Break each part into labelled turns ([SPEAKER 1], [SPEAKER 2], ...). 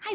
[SPEAKER 1] Hi,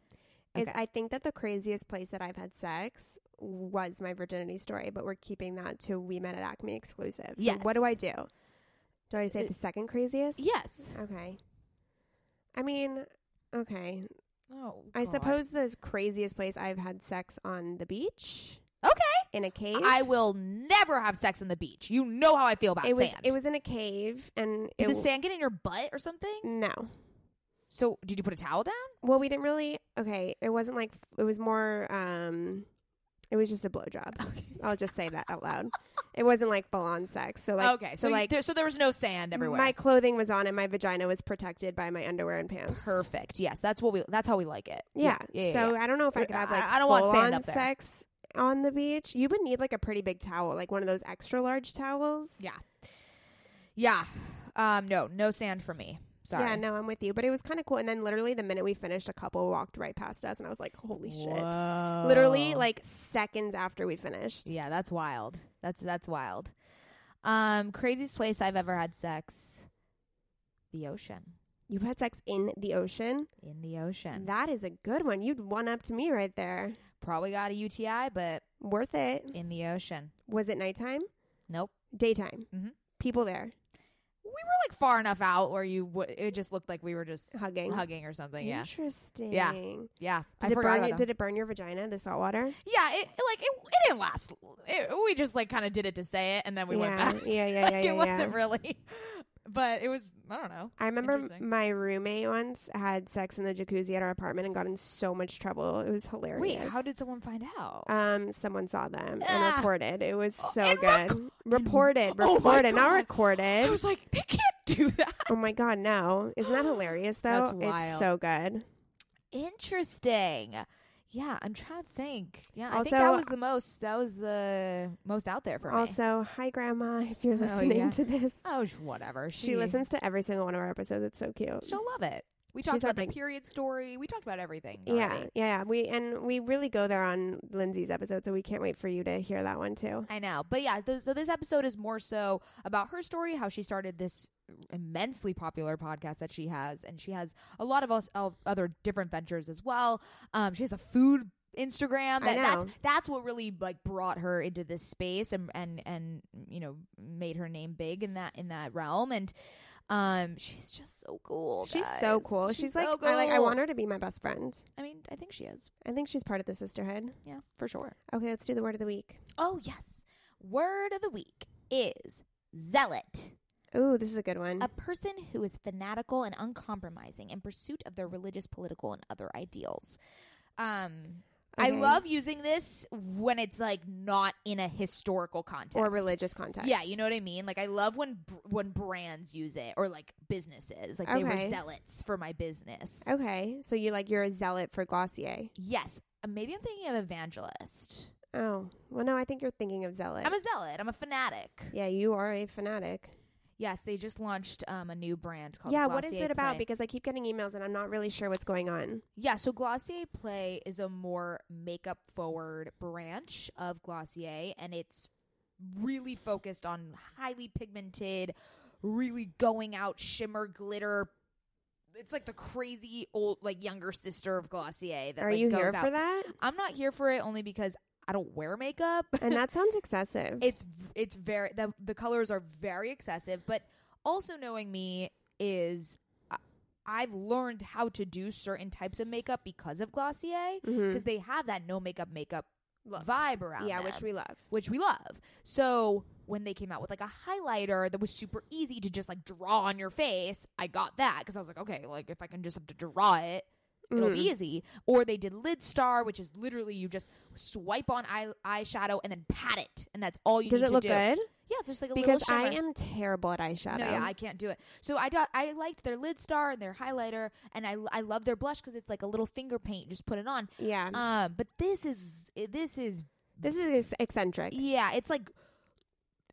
[SPEAKER 2] Is
[SPEAKER 1] Okay.
[SPEAKER 2] I think that the craziest place that I've had sex was my virginity story, but we're keeping that to we met at Acme exclusive. So what do
[SPEAKER 1] Yes.
[SPEAKER 2] I do? Do I say
[SPEAKER 1] Uh,
[SPEAKER 2] the second craziest?
[SPEAKER 1] Yes.
[SPEAKER 2] Okay. I mean, okay.
[SPEAKER 1] Oh,
[SPEAKER 2] I suppose the craziest place I've had sex on the beach
[SPEAKER 1] Okay.
[SPEAKER 2] in a cave.
[SPEAKER 1] I will never have sex on the beach. You know how I feel about
[SPEAKER 2] it was
[SPEAKER 1] sand.
[SPEAKER 2] it was in a cave and
[SPEAKER 1] Did
[SPEAKER 2] it
[SPEAKER 1] the
[SPEAKER 2] w-
[SPEAKER 1] sand get in your butt or something?
[SPEAKER 2] no.
[SPEAKER 1] So did you put a towel down?
[SPEAKER 2] Well, we didn't really. Okay, it wasn't like it was more. um It was just a blowjob. I'll just say that out loud. It wasn't like full on sex. So like,
[SPEAKER 1] okay.
[SPEAKER 2] so,
[SPEAKER 1] So, you-
[SPEAKER 2] like
[SPEAKER 1] there, so there was no sand everywhere.
[SPEAKER 2] my clothing was on and my vagina was protected by my underwear and pants.
[SPEAKER 1] Perfect. Yes, that's what we. That's how we like it.
[SPEAKER 2] Yeah.
[SPEAKER 1] yeah, yeah,
[SPEAKER 2] so I don't know if I could have like
[SPEAKER 1] I- I don't want sand
[SPEAKER 2] full-on
[SPEAKER 1] up there.
[SPEAKER 2] sex on the beach. You would need like a pretty big towel, like one of those extra large towels.
[SPEAKER 1] Yeah. Yeah. Um, no, no sand for me. Sorry.
[SPEAKER 2] Yeah, no, I'm with you. But it was kind of cool. And then literally the minute we finished, a couple walked right past us, and I was like, "Holy shit!" Literally
[SPEAKER 1] Whoa.
[SPEAKER 2] like seconds after we finished.
[SPEAKER 1] Yeah, that's wild. That's that's wild. Um, craziest place I've ever had sex. The ocean.
[SPEAKER 2] You've had sex in the ocean?
[SPEAKER 1] In the ocean.
[SPEAKER 2] That is a good one. You'd one up to me right there.
[SPEAKER 3] Probably got a UTI, but
[SPEAKER 2] Worth it.
[SPEAKER 3] in the ocean.
[SPEAKER 2] Was it nighttime?
[SPEAKER 3] Nope.
[SPEAKER 2] Daytime.
[SPEAKER 3] Mhm.
[SPEAKER 2] People there
[SPEAKER 3] We were like far enough out where you would. It just looked like we were just
[SPEAKER 2] hugging.
[SPEAKER 3] hugging or something.
[SPEAKER 1] Mm-hmm.
[SPEAKER 3] Yeah.
[SPEAKER 2] Interesting. Did
[SPEAKER 3] Yeah. I
[SPEAKER 2] it
[SPEAKER 3] forgot
[SPEAKER 2] burn?
[SPEAKER 3] about
[SPEAKER 2] Did it burn your vagina? The salt water?
[SPEAKER 3] them. Yeah. It, it, like it, it didn't last. It, we just like kind of did it to say it, and then we
[SPEAKER 2] yeah.
[SPEAKER 3] went back.
[SPEAKER 2] yeah, yeah, yeah,
[SPEAKER 3] Like,
[SPEAKER 2] yeah.
[SPEAKER 3] it
[SPEAKER 2] yeah.
[SPEAKER 3] wasn't really. But it was. I don't know.
[SPEAKER 2] I remember
[SPEAKER 3] Interesting.
[SPEAKER 2] my roommate once had sex in the jacuzzi at our apartment and got in so much trouble. It was hilarious.
[SPEAKER 3] Wait, how did someone find out?
[SPEAKER 2] um someone saw them and
[SPEAKER 3] Ah.
[SPEAKER 2] reported? It was
[SPEAKER 3] Oh,
[SPEAKER 2] so
[SPEAKER 3] and rec-
[SPEAKER 2] good. reported,
[SPEAKER 3] Oh my
[SPEAKER 2] reported, not
[SPEAKER 3] God. I
[SPEAKER 2] recorded.
[SPEAKER 3] was like, they can't do that.
[SPEAKER 2] Oh my god, no! Isn't that hilarious though?
[SPEAKER 3] That's
[SPEAKER 2] It's
[SPEAKER 3] wild.
[SPEAKER 2] so good.
[SPEAKER 3] Interesting. Yeah, I'm trying to think. Yeah, I think
[SPEAKER 2] Also-
[SPEAKER 3] that was the most. That was the most out there for me.
[SPEAKER 2] Also, hi grandma, if you're listening
[SPEAKER 3] Oh, yeah.
[SPEAKER 2] to this.
[SPEAKER 3] Oh, sh- whatever.
[SPEAKER 2] She, listens to every single one of our episodes. It's so cute.
[SPEAKER 3] She'll love it. We talked
[SPEAKER 2] our
[SPEAKER 3] about the
[SPEAKER 2] big-
[SPEAKER 3] period story. We talked about everything.
[SPEAKER 2] yeah,
[SPEAKER 3] already.
[SPEAKER 2] yeah, yeah. We and we really go there on Lindsay's episode, so we can't wait for you to hear that one too.
[SPEAKER 3] I know. But yeah, th- so this episode is more so about her story, how she started this immensely popular podcast that she has. And she has a lot of us, of other different ventures as well. Um, she has a food Instagram
[SPEAKER 2] I
[SPEAKER 3] that that's
[SPEAKER 2] know.
[SPEAKER 3] that's what really like brought her into this space and and and you know made her name big in that in that realm and um she's just so cool
[SPEAKER 2] She's so
[SPEAKER 3] guys.
[SPEAKER 2] cool. She's, like,
[SPEAKER 3] so
[SPEAKER 2] I like. I
[SPEAKER 3] cool.
[SPEAKER 2] want her to be my best friend.
[SPEAKER 3] I mean I think she is
[SPEAKER 2] I think she's part of the sisterhood.
[SPEAKER 3] yeah for sure
[SPEAKER 2] Okay, let's do the word of the week.
[SPEAKER 3] oh yes word of the week is zealot
[SPEAKER 2] Ooh, this is a good one.
[SPEAKER 3] A person who is fanatical and uncompromising in pursuit of their religious, political, and other ideals. Um, I
[SPEAKER 2] Okay.
[SPEAKER 3] love using this when it's like not in a historical context
[SPEAKER 2] or religious context.
[SPEAKER 3] Yeah, you know what I mean. Like I love when br- when brands use it or like businesses, like they were
[SPEAKER 2] Okay. Oh.
[SPEAKER 3] zealots for my business.
[SPEAKER 2] Okay, so you like you're a zealot for Glossier.
[SPEAKER 3] Yes, Uh, maybe I'm thinking of evangelist.
[SPEAKER 2] Oh, well, no, I think you're thinking of zealot.
[SPEAKER 3] I'm a zealot. I'm a fanatic.
[SPEAKER 2] yeah, you are a fanatic.
[SPEAKER 3] Yes, they just launched um, a new brand called
[SPEAKER 2] yeah, what is
[SPEAKER 3] Glossier
[SPEAKER 2] it about?
[SPEAKER 3] Play.
[SPEAKER 2] Because I keep getting emails and I'm not really sure what's going on.
[SPEAKER 3] Yeah, so Glossier Play is a more makeup forward branch of Glossier, and it's really focused on highly pigmented, really going out shimmer, glitter. It's like the crazy old, like younger sister of Glossier. That
[SPEAKER 2] Are
[SPEAKER 3] like,
[SPEAKER 2] you
[SPEAKER 3] goes
[SPEAKER 2] here
[SPEAKER 3] out.
[SPEAKER 2] for that?
[SPEAKER 3] I'm not here for it only because I don't wear makeup.
[SPEAKER 2] And that sounds excessive.
[SPEAKER 3] it's it's very the the colors are very excessive but also knowing me is I- I've learned how to do certain types of makeup because of Glossier
[SPEAKER 2] Mhm.
[SPEAKER 3] because they have that no makeup makeup
[SPEAKER 2] Look.
[SPEAKER 3] vibe around
[SPEAKER 2] Yeah,
[SPEAKER 3] them,
[SPEAKER 2] which we love.
[SPEAKER 3] which we love. So when they came out with like a highlighter that was super easy to just like draw on your face, I got that because I was like, okay, like if I can just have to draw it, it'll
[SPEAKER 2] Mm.
[SPEAKER 3] be easy. Or they did lid star, which is literally you just swipe on eye eyeshadow and then pat it, and that's all you
[SPEAKER 2] Does
[SPEAKER 3] need
[SPEAKER 2] it
[SPEAKER 3] to
[SPEAKER 2] look
[SPEAKER 3] do.
[SPEAKER 2] good?
[SPEAKER 3] Yeah, it's just like a
[SPEAKER 2] Because
[SPEAKER 3] little
[SPEAKER 2] I
[SPEAKER 3] shimmer.
[SPEAKER 2] am terrible at eyeshadow.
[SPEAKER 3] No, yeah, I can't do it. So I do- I liked their lid star and their highlighter, and I I love their blush because it's like a little finger paint. You just put it on.
[SPEAKER 2] Yeah.
[SPEAKER 3] Um, but this is this is
[SPEAKER 2] this is ex- eccentric.
[SPEAKER 3] yeah, it's like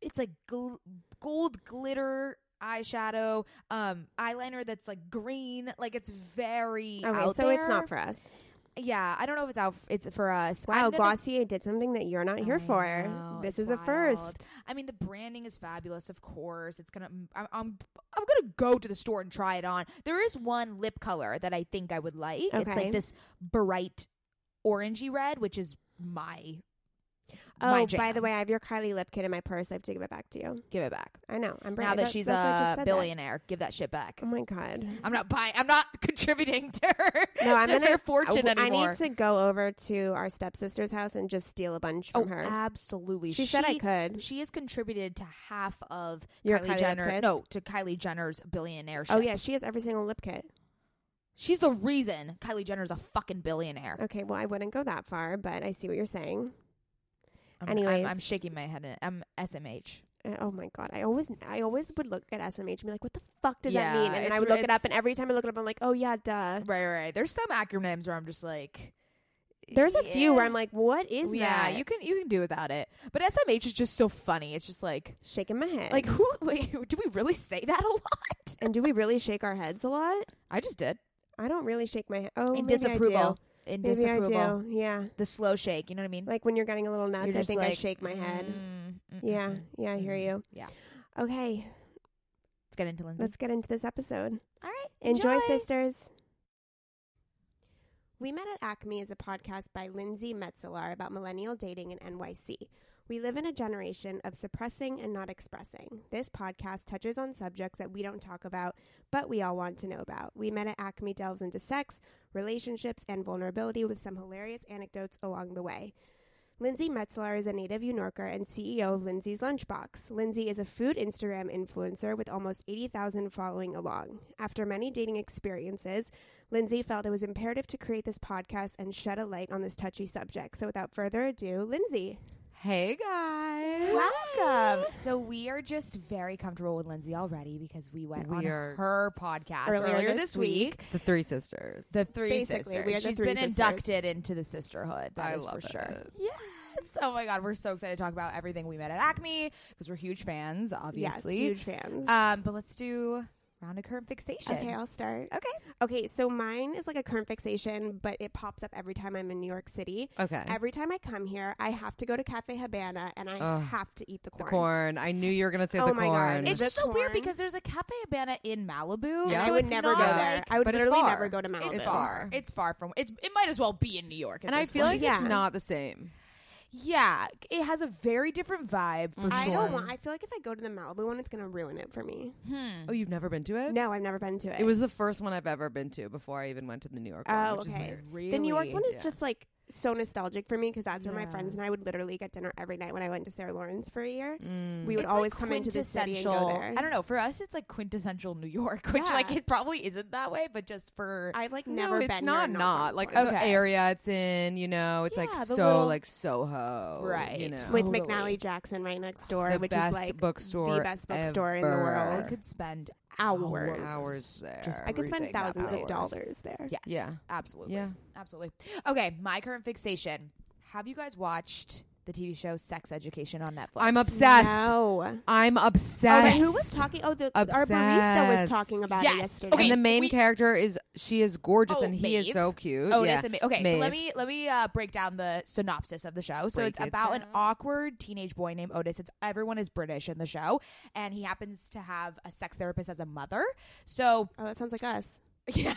[SPEAKER 3] it's like gl- gold glitter eyeshadow, um, eyeliner that's like green. Like it's very
[SPEAKER 2] Okay,
[SPEAKER 3] out
[SPEAKER 2] so it's
[SPEAKER 3] there.
[SPEAKER 2] not for us.
[SPEAKER 3] Yeah, I don't know if it's out. It's for us.
[SPEAKER 2] Wow,
[SPEAKER 3] I'm gonna-
[SPEAKER 2] Glossier did something that you're not here
[SPEAKER 3] I
[SPEAKER 2] for.
[SPEAKER 3] know,
[SPEAKER 2] this
[SPEAKER 3] it's
[SPEAKER 2] is a first.
[SPEAKER 3] I mean, the branding is fabulous. Of course, it's gonna. I'm, I'm. I'm gonna go to the store and try it on. There is one lip color that I think I would like. It's
[SPEAKER 2] Okay.
[SPEAKER 3] like this bright orangey red, which is my. my
[SPEAKER 2] Oh, by the
[SPEAKER 3] jam.
[SPEAKER 2] way, I have your Kylie lip kit in my purse. I have to give it back to you.
[SPEAKER 3] give it back.
[SPEAKER 2] I know. I'm
[SPEAKER 3] now
[SPEAKER 2] brave.
[SPEAKER 3] that
[SPEAKER 2] That's-
[SPEAKER 3] she's
[SPEAKER 2] that's why I just
[SPEAKER 3] a
[SPEAKER 2] said that.
[SPEAKER 3] billionaire, give that shit back.
[SPEAKER 2] Oh my god.
[SPEAKER 3] I'm not buying. I'm not contributing to her.
[SPEAKER 2] No, I'm
[SPEAKER 3] to
[SPEAKER 2] gonna-
[SPEAKER 3] her fortune
[SPEAKER 2] I
[SPEAKER 3] anymore.
[SPEAKER 2] need to go over to our stepsister's house and just steal a bunch
[SPEAKER 3] oh,
[SPEAKER 2] from her.
[SPEAKER 3] absolutely.
[SPEAKER 2] she, said I could.
[SPEAKER 3] She has contributed to half of
[SPEAKER 2] Your Kylie
[SPEAKER 3] Kylie
[SPEAKER 2] lip
[SPEAKER 3] Jenner.
[SPEAKER 2] kits?
[SPEAKER 3] No, to Kylie Jenner's billionaire.
[SPEAKER 2] Oh yeah, she has every single lip kit.
[SPEAKER 3] She's the reason Kylie Jenner's a fucking billionaire.
[SPEAKER 2] Okay, well I wouldn't go that far, but I see what you're saying.
[SPEAKER 3] I'm,
[SPEAKER 2] Anyways.
[SPEAKER 3] I'm, I'm shaking my head. I'm SMH.
[SPEAKER 2] Uh, Oh my god, I always I always would look at SMH and be like, what the fuck does that
[SPEAKER 3] Yeah,
[SPEAKER 2] mean? And then I
[SPEAKER 3] it's-
[SPEAKER 2] would look it up,
[SPEAKER 3] it's-
[SPEAKER 2] and every time I look it up, I'm like, oh yeah, duh.
[SPEAKER 3] Right, right, right. There's some acronyms where I'm just like,
[SPEAKER 2] There's a few where
[SPEAKER 3] yeah.
[SPEAKER 2] I'm like, what is
[SPEAKER 3] yeah,
[SPEAKER 2] that?
[SPEAKER 3] you can you can do without it. But SMH is just so funny. It's just like,
[SPEAKER 2] shaking my head.
[SPEAKER 3] like who? Wait, do we really say that a lot?
[SPEAKER 2] and do we really shake our heads a lot?
[SPEAKER 3] I just did
[SPEAKER 2] I don't really shake my head. Oh, maybe I
[SPEAKER 3] in
[SPEAKER 2] do.
[SPEAKER 3] disapproval. In
[SPEAKER 2] Maybe
[SPEAKER 3] disapproval.
[SPEAKER 2] I do. Yeah,
[SPEAKER 3] The slow shake. You know what I mean?
[SPEAKER 2] like when you're getting a little nuts,
[SPEAKER 3] You're
[SPEAKER 2] I
[SPEAKER 3] just
[SPEAKER 2] think I
[SPEAKER 3] like,
[SPEAKER 2] shake my head.
[SPEAKER 3] mm, mm, mm,
[SPEAKER 2] Yeah,
[SPEAKER 3] mm.
[SPEAKER 2] Mm-hmm. yeah, I hear
[SPEAKER 3] Mhm.
[SPEAKER 2] you.
[SPEAKER 3] Yeah.
[SPEAKER 2] Okay,
[SPEAKER 3] Let's get into Lindsay.
[SPEAKER 2] let's get into this episode.
[SPEAKER 3] All right.
[SPEAKER 2] Enjoy, sisters. We Met at Acme is a podcast by Lindsay Metzelar about millennial dating in NYC. We live in a generation of suppressing and not expressing. This podcast touches on subjects that we don't talk about, but we all want to know about. We Met at Acme delves into sex, relationships, and vulnerability with some hilarious anecdotes along the way. Lindsay Metzler is a native New Yorker and CEO of Lindsay's Lunchbox. Lindsay is a food Instagram influencer with almost 80,000 following along. After many dating experiences, Lindsay felt it was imperative to create this podcast and shed a light on this touchy subject. So without further ado, Lindsay.
[SPEAKER 3] Hey guys. Welcome. So we are just very comfortable with Lindsay already because we went
[SPEAKER 4] We
[SPEAKER 3] on
[SPEAKER 4] are-
[SPEAKER 3] her podcast
[SPEAKER 2] Earlier
[SPEAKER 3] earlier,
[SPEAKER 2] this
[SPEAKER 3] this, week.
[SPEAKER 4] The Three Sisters.
[SPEAKER 3] The three
[SPEAKER 2] Basically,
[SPEAKER 3] sisters.
[SPEAKER 2] we are
[SPEAKER 3] She's
[SPEAKER 2] the three
[SPEAKER 3] been
[SPEAKER 2] sisters.
[SPEAKER 3] inducted into the sisterhood. That
[SPEAKER 4] I
[SPEAKER 3] is
[SPEAKER 4] love
[SPEAKER 3] for
[SPEAKER 4] it.
[SPEAKER 3] sure. Yes. Oh my god, we're so excited to talk about everything we met at Acme because we're huge fans, obviously.
[SPEAKER 2] Yes, huge fans.
[SPEAKER 3] Um, but let's do round of current fixation.
[SPEAKER 2] okay, I'll start.
[SPEAKER 3] Okay.
[SPEAKER 2] Okay, so mine is like a current fixation, but it pops up every time I'm in New York City.
[SPEAKER 4] Okay.
[SPEAKER 2] Every time I come here, I have to go to Cafe Habana and I have to eat the corn.
[SPEAKER 4] corn. I knew you were gonna say
[SPEAKER 2] Oh
[SPEAKER 4] the
[SPEAKER 2] my
[SPEAKER 4] corn.
[SPEAKER 2] God.
[SPEAKER 3] It's
[SPEAKER 2] The
[SPEAKER 3] just so weird
[SPEAKER 2] corn.
[SPEAKER 3] because there's a Cafe Habana in Malibu.
[SPEAKER 4] Yeah.
[SPEAKER 3] So
[SPEAKER 2] I would
[SPEAKER 3] it's
[SPEAKER 2] never
[SPEAKER 3] not
[SPEAKER 2] go there.
[SPEAKER 3] like-
[SPEAKER 2] I would
[SPEAKER 4] but it's
[SPEAKER 2] literally
[SPEAKER 4] far.
[SPEAKER 2] never go to Malibu.
[SPEAKER 3] It's
[SPEAKER 4] It's
[SPEAKER 3] far.
[SPEAKER 4] far.
[SPEAKER 3] It's far from. It's. It might as well be in New York. at
[SPEAKER 4] and I
[SPEAKER 3] this
[SPEAKER 4] feel
[SPEAKER 3] point.
[SPEAKER 4] like
[SPEAKER 2] Yeah.
[SPEAKER 4] it's not the same.
[SPEAKER 3] yeah, it has a very different vibe for
[SPEAKER 2] I
[SPEAKER 3] sure.
[SPEAKER 2] don't want. I feel like if I go to the Malibu one, it's gonna ruin it for me.
[SPEAKER 4] Oh, you've never been to it?
[SPEAKER 2] No, I've never been to it.
[SPEAKER 4] It was the first one I've ever been to before I even went to the New York one,
[SPEAKER 2] Oh,
[SPEAKER 4] which is
[SPEAKER 2] okay.
[SPEAKER 4] weird.
[SPEAKER 2] The New York
[SPEAKER 3] Really?
[SPEAKER 2] one is
[SPEAKER 4] Yeah.
[SPEAKER 2] just like so nostalgic for me because that's where my
[SPEAKER 3] Yeah.
[SPEAKER 2] friends and I would literally get dinner every night when I went to Sarah Lawrence for a year.
[SPEAKER 4] Mm.
[SPEAKER 2] We would
[SPEAKER 3] It's, like,
[SPEAKER 2] always come into the city and go
[SPEAKER 3] quintessential-
[SPEAKER 2] there.
[SPEAKER 3] I don't know. For us, it's like quintessential New York, which
[SPEAKER 2] Yeah.
[SPEAKER 3] like it probably isn't that way, but just for
[SPEAKER 2] I've like
[SPEAKER 4] No,
[SPEAKER 2] never
[SPEAKER 4] it's
[SPEAKER 2] been.
[SPEAKER 4] not
[SPEAKER 2] here,
[SPEAKER 4] not
[SPEAKER 2] been
[SPEAKER 4] like
[SPEAKER 2] before.
[SPEAKER 4] the
[SPEAKER 3] Okay.
[SPEAKER 4] area it's in. You know, it's like
[SPEAKER 3] Yeah, the
[SPEAKER 4] so
[SPEAKER 3] little-
[SPEAKER 4] like Soho,
[SPEAKER 3] Right.
[SPEAKER 4] You know,
[SPEAKER 2] with
[SPEAKER 3] Totally.
[SPEAKER 2] McNally Jackson right next door,
[SPEAKER 4] the
[SPEAKER 2] which
[SPEAKER 4] best
[SPEAKER 2] is like
[SPEAKER 4] bookstore,
[SPEAKER 2] the best bookstore in the
[SPEAKER 4] ever.
[SPEAKER 3] I
[SPEAKER 2] world.
[SPEAKER 3] could spend
[SPEAKER 2] Hours.
[SPEAKER 3] hours,
[SPEAKER 4] Hours there.
[SPEAKER 3] Just
[SPEAKER 2] I could spend
[SPEAKER 3] perusing that
[SPEAKER 2] thousands of
[SPEAKER 3] place.
[SPEAKER 2] dollars there.
[SPEAKER 3] Yes.
[SPEAKER 4] Yeah.
[SPEAKER 3] Absolutely.
[SPEAKER 4] Yeah.
[SPEAKER 3] Absolutely. Okay. My current fixation. Have you guys watched the TV show Sex Education on Netflix?
[SPEAKER 4] I'm obsessed.
[SPEAKER 2] No.
[SPEAKER 4] I'm
[SPEAKER 2] Oh,
[SPEAKER 4] obsessed.
[SPEAKER 2] wait, who was talking? Oh, the, our barista was
[SPEAKER 4] Obsessed.
[SPEAKER 2] talking about
[SPEAKER 3] Yes.
[SPEAKER 2] it yesterday.
[SPEAKER 3] Okay.
[SPEAKER 4] and the main
[SPEAKER 3] we-
[SPEAKER 4] character is she is gorgeous
[SPEAKER 3] Oh,
[SPEAKER 4] and he is
[SPEAKER 3] Maeve.
[SPEAKER 4] so cute.
[SPEAKER 3] Oh,
[SPEAKER 4] yeah.
[SPEAKER 3] that's amazing. Okay, so
[SPEAKER 4] Maeve.
[SPEAKER 3] let me let me uh, break down the synopsis of the show. So
[SPEAKER 4] Break
[SPEAKER 3] it's
[SPEAKER 4] it
[SPEAKER 3] about an
[SPEAKER 4] down.
[SPEAKER 3] awkward teenage boy named Otis. It's everyone is British in the show, and he happens to have a sex therapist as a mother. So
[SPEAKER 2] Oh, that sounds like us.
[SPEAKER 3] yeah,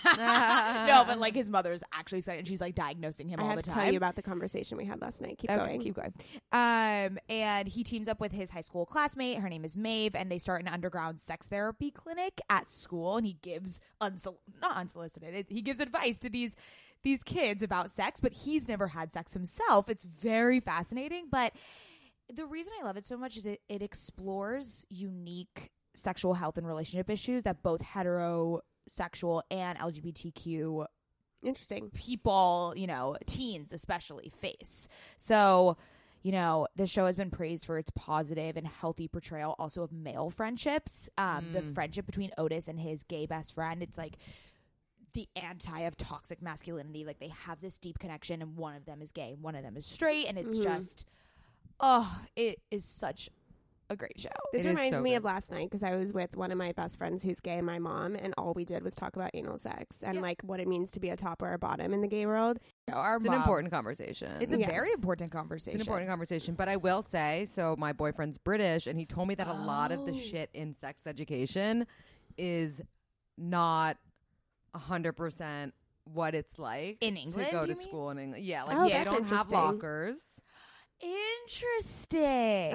[SPEAKER 3] no, but like his mother is actually excited, and she's like diagnosing him
[SPEAKER 2] I
[SPEAKER 3] all
[SPEAKER 2] have
[SPEAKER 3] the
[SPEAKER 2] to
[SPEAKER 3] time.
[SPEAKER 2] tell you about the conversation we had last night. Keep
[SPEAKER 3] Okay,
[SPEAKER 2] going.
[SPEAKER 3] keep going. Um, and he teams up with his high school classmate. Her name is Maeve, and they start an underground sex therapy clinic at school. And he gives unsol- not unsolicited. it- He gives advice to these these kids about sex, but he's never had sex himself. It's very fascinating, but the reason I love it so much is it, it explores unique sexual health and relationship issues that both heterosexual and LGBTQ
[SPEAKER 2] Interesting.
[SPEAKER 3] people, you know, teens especially face. So, you know, the show has been praised for its positive and healthy portrayal also of male friendships. Um, The
[SPEAKER 4] Mm.
[SPEAKER 3] friendship between Otis and his gay best friend, it's like the anti of toxic masculinity. Like they have this deep connection, and one of them is gay, and one of them is straight, and it's
[SPEAKER 4] Mm-hmm.
[SPEAKER 3] just, oh, it is such a great show.
[SPEAKER 2] This
[SPEAKER 4] It is
[SPEAKER 2] reminds
[SPEAKER 4] so
[SPEAKER 2] me
[SPEAKER 4] good.
[SPEAKER 2] of last night because I was with one of my best friends who's gay and my mom, and all we did was talk about anal sex and
[SPEAKER 3] Yeah.
[SPEAKER 2] like what it means to be a top or a bottom in the gay world.
[SPEAKER 3] Our
[SPEAKER 4] It's an
[SPEAKER 3] mom-
[SPEAKER 4] important conversation.
[SPEAKER 3] It's a
[SPEAKER 2] Yes.
[SPEAKER 3] very important conversation.
[SPEAKER 4] It's an important conversation, but I will say so. My boyfriend's British, and he told me that a lot of
[SPEAKER 3] Oh.
[SPEAKER 4] the shit in sex education is not hundred percent what it's like
[SPEAKER 3] In
[SPEAKER 4] to
[SPEAKER 3] England,
[SPEAKER 4] go
[SPEAKER 3] you
[SPEAKER 4] to
[SPEAKER 3] mean?
[SPEAKER 4] school in England. Yeah, like
[SPEAKER 2] Oh,
[SPEAKER 4] they
[SPEAKER 2] that's
[SPEAKER 4] don't have
[SPEAKER 2] interesting.
[SPEAKER 4] lockers.
[SPEAKER 3] Interesting.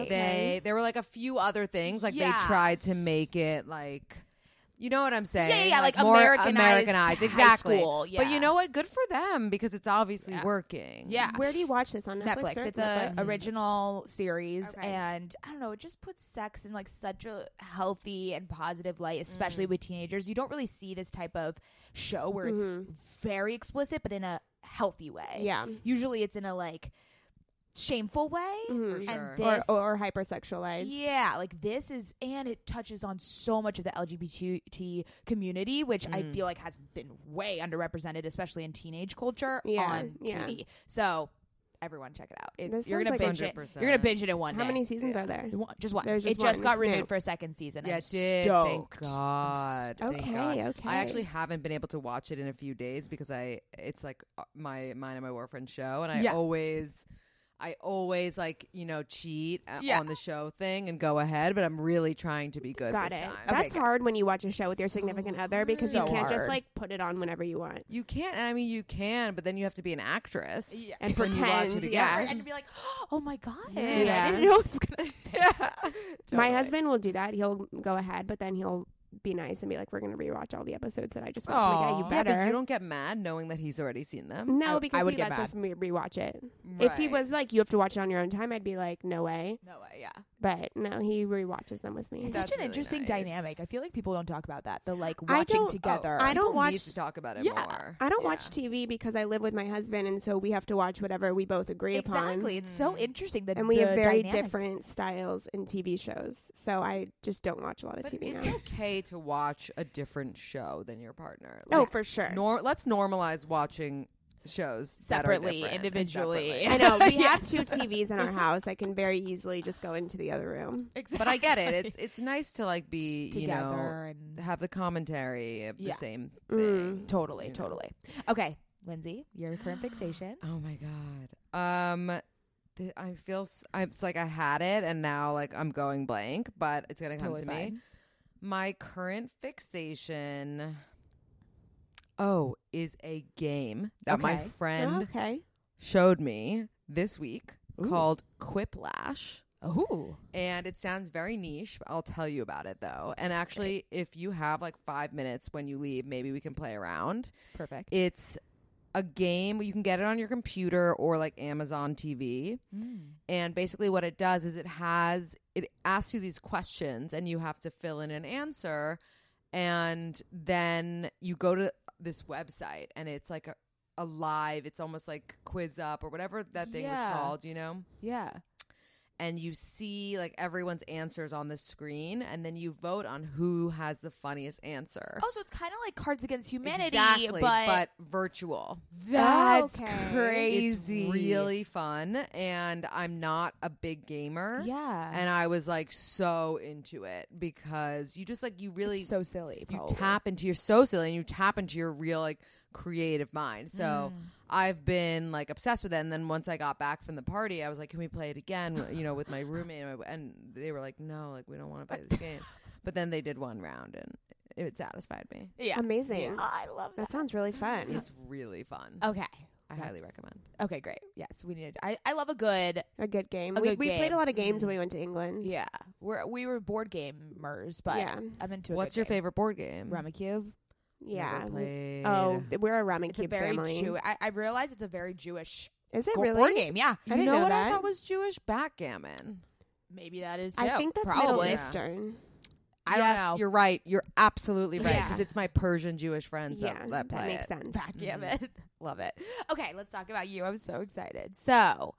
[SPEAKER 4] They there were like a few other things like
[SPEAKER 3] Yeah.
[SPEAKER 4] they tried to make it like. You know what I'm saying?
[SPEAKER 3] yeah, yeah, like
[SPEAKER 4] more
[SPEAKER 3] Americanized high
[SPEAKER 4] exactly.
[SPEAKER 3] school,
[SPEAKER 4] But
[SPEAKER 3] yeah.
[SPEAKER 4] you know what? Good for them because it's obviously
[SPEAKER 3] Yeah.
[SPEAKER 4] working.
[SPEAKER 3] Yeah.
[SPEAKER 2] Where do you watch this on Netflix?
[SPEAKER 3] Netflix.
[SPEAKER 2] or-
[SPEAKER 3] It's a
[SPEAKER 2] Netflix?
[SPEAKER 3] original series,
[SPEAKER 2] Okay.
[SPEAKER 3] and I don't know. It just puts sex in like such a healthy and positive light, especially with teenagers. You don't really see this type of show where it's very explicit, but in a healthy way.
[SPEAKER 2] Mm-hmm. Yeah.
[SPEAKER 3] usually it's in a like shameful way,
[SPEAKER 4] sure.
[SPEAKER 3] and this.
[SPEAKER 2] Mm-hmm. or, or hypersexualized.
[SPEAKER 3] yeah, like this is, and it touches on so much of the LGBT community, which I feel like has been way underrepresented, especially in teenage culture
[SPEAKER 2] Yeah,
[SPEAKER 3] on
[SPEAKER 2] yeah.
[SPEAKER 3] TV. So everyone, check it out. It's,
[SPEAKER 2] This
[SPEAKER 3] you're gonna
[SPEAKER 2] sounds like
[SPEAKER 3] binge it. You're gonna binge it in one
[SPEAKER 2] How
[SPEAKER 3] day.
[SPEAKER 2] many seasons are there?
[SPEAKER 3] One- Just one.
[SPEAKER 2] There's just
[SPEAKER 3] it just
[SPEAKER 2] one.
[SPEAKER 3] got
[SPEAKER 2] It's new.
[SPEAKER 3] renewed for a second season.
[SPEAKER 4] Yeah,
[SPEAKER 3] I'm
[SPEAKER 4] it did.
[SPEAKER 3] stoked.
[SPEAKER 4] Thank God. Thank
[SPEAKER 2] Okay,
[SPEAKER 4] God.
[SPEAKER 2] okay.
[SPEAKER 4] I actually haven't been able to watch it in a few days because I it's like uh, my mine and my boyfriend's show, and I
[SPEAKER 3] Yeah.
[SPEAKER 4] always I always like you know cheat uh,
[SPEAKER 1] Yeah.
[SPEAKER 4] on the show thing and go ahead, but I'm really trying to be good.
[SPEAKER 2] Got
[SPEAKER 4] this
[SPEAKER 2] it.
[SPEAKER 4] Time.
[SPEAKER 2] That's
[SPEAKER 1] good.
[SPEAKER 2] hard when you watch a show with your significant other because you
[SPEAKER 4] So
[SPEAKER 2] can't just
[SPEAKER 4] hard.
[SPEAKER 2] like put it on whenever you want.
[SPEAKER 4] You can't. I mean, you can, but then you have to be an actress
[SPEAKER 3] Yeah.
[SPEAKER 2] And
[SPEAKER 4] when you watch
[SPEAKER 2] pretend,
[SPEAKER 4] it
[SPEAKER 2] yeah.
[SPEAKER 4] again.
[SPEAKER 3] and be like, oh my god,
[SPEAKER 4] Yeah.
[SPEAKER 2] Yeah.
[SPEAKER 3] I didn't know it was gonna.
[SPEAKER 2] My husband will do that. He'll go ahead, but then he'll be nice and be like, "We're gonna rewatch all the episodes that I just watched." I'm Like,
[SPEAKER 3] Aw.
[SPEAKER 2] yeah, you
[SPEAKER 4] Yeah,
[SPEAKER 2] better.
[SPEAKER 4] but you don't get mad knowing that he's already seen them. Oh,
[SPEAKER 3] I-
[SPEAKER 2] no,
[SPEAKER 3] I
[SPEAKER 2] because
[SPEAKER 3] would
[SPEAKER 2] he
[SPEAKER 3] get
[SPEAKER 2] lets
[SPEAKER 3] mad.
[SPEAKER 2] us me- rewatch it. If he
[SPEAKER 4] Right.
[SPEAKER 2] was like, "You have to watch it on your own time," I'd be like, "No way."
[SPEAKER 3] No way. Yeah.
[SPEAKER 2] But no, he rewatches them with me.
[SPEAKER 3] It's
[SPEAKER 4] That's
[SPEAKER 3] such an
[SPEAKER 4] really
[SPEAKER 3] interesting
[SPEAKER 4] nice.
[SPEAKER 3] dynamic. I feel like people don't talk about that. The like
[SPEAKER 2] I
[SPEAKER 3] watching
[SPEAKER 2] don't- oh,
[SPEAKER 3] together.
[SPEAKER 2] I don't
[SPEAKER 4] People
[SPEAKER 2] watch-
[SPEAKER 4] need to talk about it
[SPEAKER 3] Yeah.
[SPEAKER 4] more.
[SPEAKER 2] I don't
[SPEAKER 4] Yeah.
[SPEAKER 2] watch TV because I live with my husband, and so we have to watch whatever we both agree upon.
[SPEAKER 3] exactly. It's so interesting that
[SPEAKER 2] And we have
[SPEAKER 3] the
[SPEAKER 2] very
[SPEAKER 3] dynamics-
[SPEAKER 2] different styles in TV shows, so I just don't watch a lot of
[SPEAKER 4] But
[SPEAKER 2] TV
[SPEAKER 4] it's
[SPEAKER 2] now.
[SPEAKER 4] okay to watch a different show than your partner.
[SPEAKER 2] Oh, for sure.
[SPEAKER 4] Nor- let's normalize watching shows that are
[SPEAKER 3] Separately,
[SPEAKER 4] different and
[SPEAKER 3] individually.
[SPEAKER 4] separately.
[SPEAKER 2] I know we
[SPEAKER 3] Yes.
[SPEAKER 2] have two TVs in our house. I can very easily just go into the other room.
[SPEAKER 3] Exactly.
[SPEAKER 4] but I get it. It's it's nice to like be
[SPEAKER 3] together
[SPEAKER 4] you
[SPEAKER 3] and
[SPEAKER 4] know have the commentary of
[SPEAKER 3] Yeah.
[SPEAKER 4] the same
[SPEAKER 2] Mm.
[SPEAKER 4] thing.
[SPEAKER 3] totally,
[SPEAKER 4] you know.
[SPEAKER 3] totally. Okay, Lindsay, your current fixation.
[SPEAKER 4] Oh my god. Um, th- I feel s- I- it's like I had it and now like I'm going blank, but it's gonna come
[SPEAKER 3] totally
[SPEAKER 4] to me.
[SPEAKER 3] fine.
[SPEAKER 4] My current fixation. Oh, is a game that my
[SPEAKER 3] Okay.
[SPEAKER 4] friend
[SPEAKER 2] Oh, okay.
[SPEAKER 4] showed me this week
[SPEAKER 2] Ooh.
[SPEAKER 4] called Quiplash.
[SPEAKER 3] Ooh.
[SPEAKER 4] And it sounds very niche. But I'll tell you about it though. And actually, if you have like five minutes when you leave, maybe we can play around.
[SPEAKER 3] Perfect.
[SPEAKER 4] It's a game. You can get it on your computer or like Amazon TV.
[SPEAKER 3] Mm.
[SPEAKER 4] And basically, what it does is it has, it asks you these questions and you have to fill in an answer. And then you go to this website and it's like a, a live, it's almost like Quiz Up or whatever that thing
[SPEAKER 3] Yeah.
[SPEAKER 4] was called, you know?
[SPEAKER 3] Yeah.
[SPEAKER 4] and you see like everyone's answers on the screen and then you vote on who has the funniest answer.
[SPEAKER 3] Oh, so it's kind of like Cards Against Humanity,
[SPEAKER 4] exactly,
[SPEAKER 3] but,
[SPEAKER 4] virtual.
[SPEAKER 3] that's
[SPEAKER 2] Okay.
[SPEAKER 3] crazy.
[SPEAKER 4] It's really fun and I'm not a big gamer.
[SPEAKER 3] yeah,
[SPEAKER 4] And I was like so into it because you just like you really
[SPEAKER 3] It's so silly.
[SPEAKER 4] you
[SPEAKER 3] probably.
[SPEAKER 4] tap into your so silly and you tap into your real like creative mind. So I've been like obsessed with it. And then once I got back from the party, I was like, "Can we play it again?" You know, with my roommate, and, my- and they were like, "No, like we don't want to play this game." But then they did one round, and it satisfied me.
[SPEAKER 3] Yeah.
[SPEAKER 2] Amazing.
[SPEAKER 3] Yeah. I love that.
[SPEAKER 2] That sounds really fun.
[SPEAKER 4] It's really fun.
[SPEAKER 3] Okay.
[SPEAKER 4] I highly
[SPEAKER 3] Oh, that's-
[SPEAKER 4] recommend.
[SPEAKER 3] Okay, great. Yes, we need. I I love a good.
[SPEAKER 2] A good game.
[SPEAKER 3] A
[SPEAKER 2] we,
[SPEAKER 3] good
[SPEAKER 2] we played
[SPEAKER 3] game.
[SPEAKER 2] a lot of games when we went to England.
[SPEAKER 3] Yeah, we're we were board gamers, but
[SPEAKER 2] Yeah.
[SPEAKER 3] I'm into. A
[SPEAKER 4] What's your
[SPEAKER 3] good game.
[SPEAKER 4] favorite board game?
[SPEAKER 3] Rummy Cube?
[SPEAKER 2] Yeah.
[SPEAKER 4] Never
[SPEAKER 2] we-
[SPEAKER 4] played.
[SPEAKER 2] Oh, th- we're a rum and
[SPEAKER 3] It's a
[SPEAKER 2] cube
[SPEAKER 3] very
[SPEAKER 2] family.
[SPEAKER 3] Jew. I, I realize it's a very Jewish
[SPEAKER 2] Is it
[SPEAKER 3] go-
[SPEAKER 2] really?
[SPEAKER 3] board game. Yeah,
[SPEAKER 2] I
[SPEAKER 4] you
[SPEAKER 2] didn't
[SPEAKER 4] know,
[SPEAKER 2] know
[SPEAKER 4] what
[SPEAKER 2] that.
[SPEAKER 4] I thought was Jewish backgammon.
[SPEAKER 3] maybe that is. Too,
[SPEAKER 2] I think that's Middle
[SPEAKER 3] probably.
[SPEAKER 4] Yeah.
[SPEAKER 2] Eastern.
[SPEAKER 3] I don't
[SPEAKER 4] yes,
[SPEAKER 3] know.
[SPEAKER 4] you're right. You're absolutely right because
[SPEAKER 2] Yeah.
[SPEAKER 4] it's my Persian Jewish friends
[SPEAKER 2] Yeah,
[SPEAKER 4] that, that play
[SPEAKER 2] makes
[SPEAKER 4] it. Mm-hmm.
[SPEAKER 2] sense. Mm.
[SPEAKER 3] Backgammon. Love it. Okay, let's talk about you. I'm so excited. So,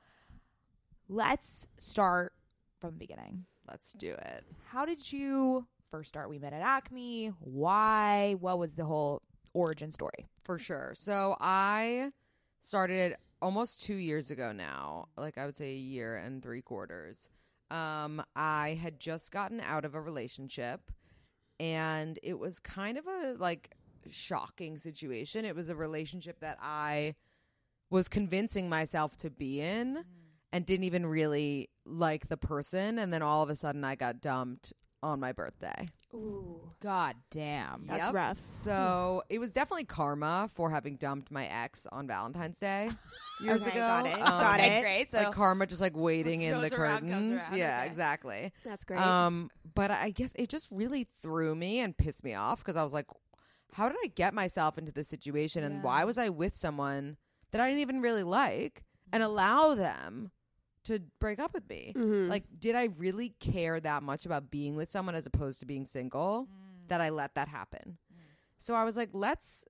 [SPEAKER 3] let's start from the beginning.
[SPEAKER 4] Let's do it.
[SPEAKER 3] How did you first start? We met at Acme. Why? What was the whole origin story?
[SPEAKER 4] for sure. So I started almost two years ago now, like I would say a year and three quarters. Um, I had just gotten out of a relationship, and it was kind of a like shocking situation. It was a relationship that I was convincing myself to be in and didn't even really like the person. And then all of a sudden, I got dumped on my birthday.
[SPEAKER 2] Ooh.
[SPEAKER 3] God damn.
[SPEAKER 2] That's
[SPEAKER 4] Yep.
[SPEAKER 2] rough.
[SPEAKER 4] So it was definitely karma for having dumped my ex on Valentine's Day years
[SPEAKER 2] Okay,
[SPEAKER 4] ago.
[SPEAKER 2] got it,
[SPEAKER 3] Um,
[SPEAKER 2] got
[SPEAKER 4] like,
[SPEAKER 2] it.
[SPEAKER 3] Great.
[SPEAKER 4] Like karma just like waiting in the
[SPEAKER 3] Goes around, comes
[SPEAKER 4] curtains.
[SPEAKER 3] around,
[SPEAKER 4] Yeah,
[SPEAKER 3] okay.
[SPEAKER 4] exactly.
[SPEAKER 2] That's great.
[SPEAKER 4] Um, but I guess it just really threw me and pissed me off because I was like, how did I get myself into this situation and
[SPEAKER 3] Yeah.
[SPEAKER 4] why was I with someone that I didn't even really like and
[SPEAKER 3] Mm-hmm.
[SPEAKER 4] allow them to break up with me?
[SPEAKER 2] Mhm.
[SPEAKER 4] Like, did I really care that much about being with someone as opposed to being single that I let that happen? So I was like, let's.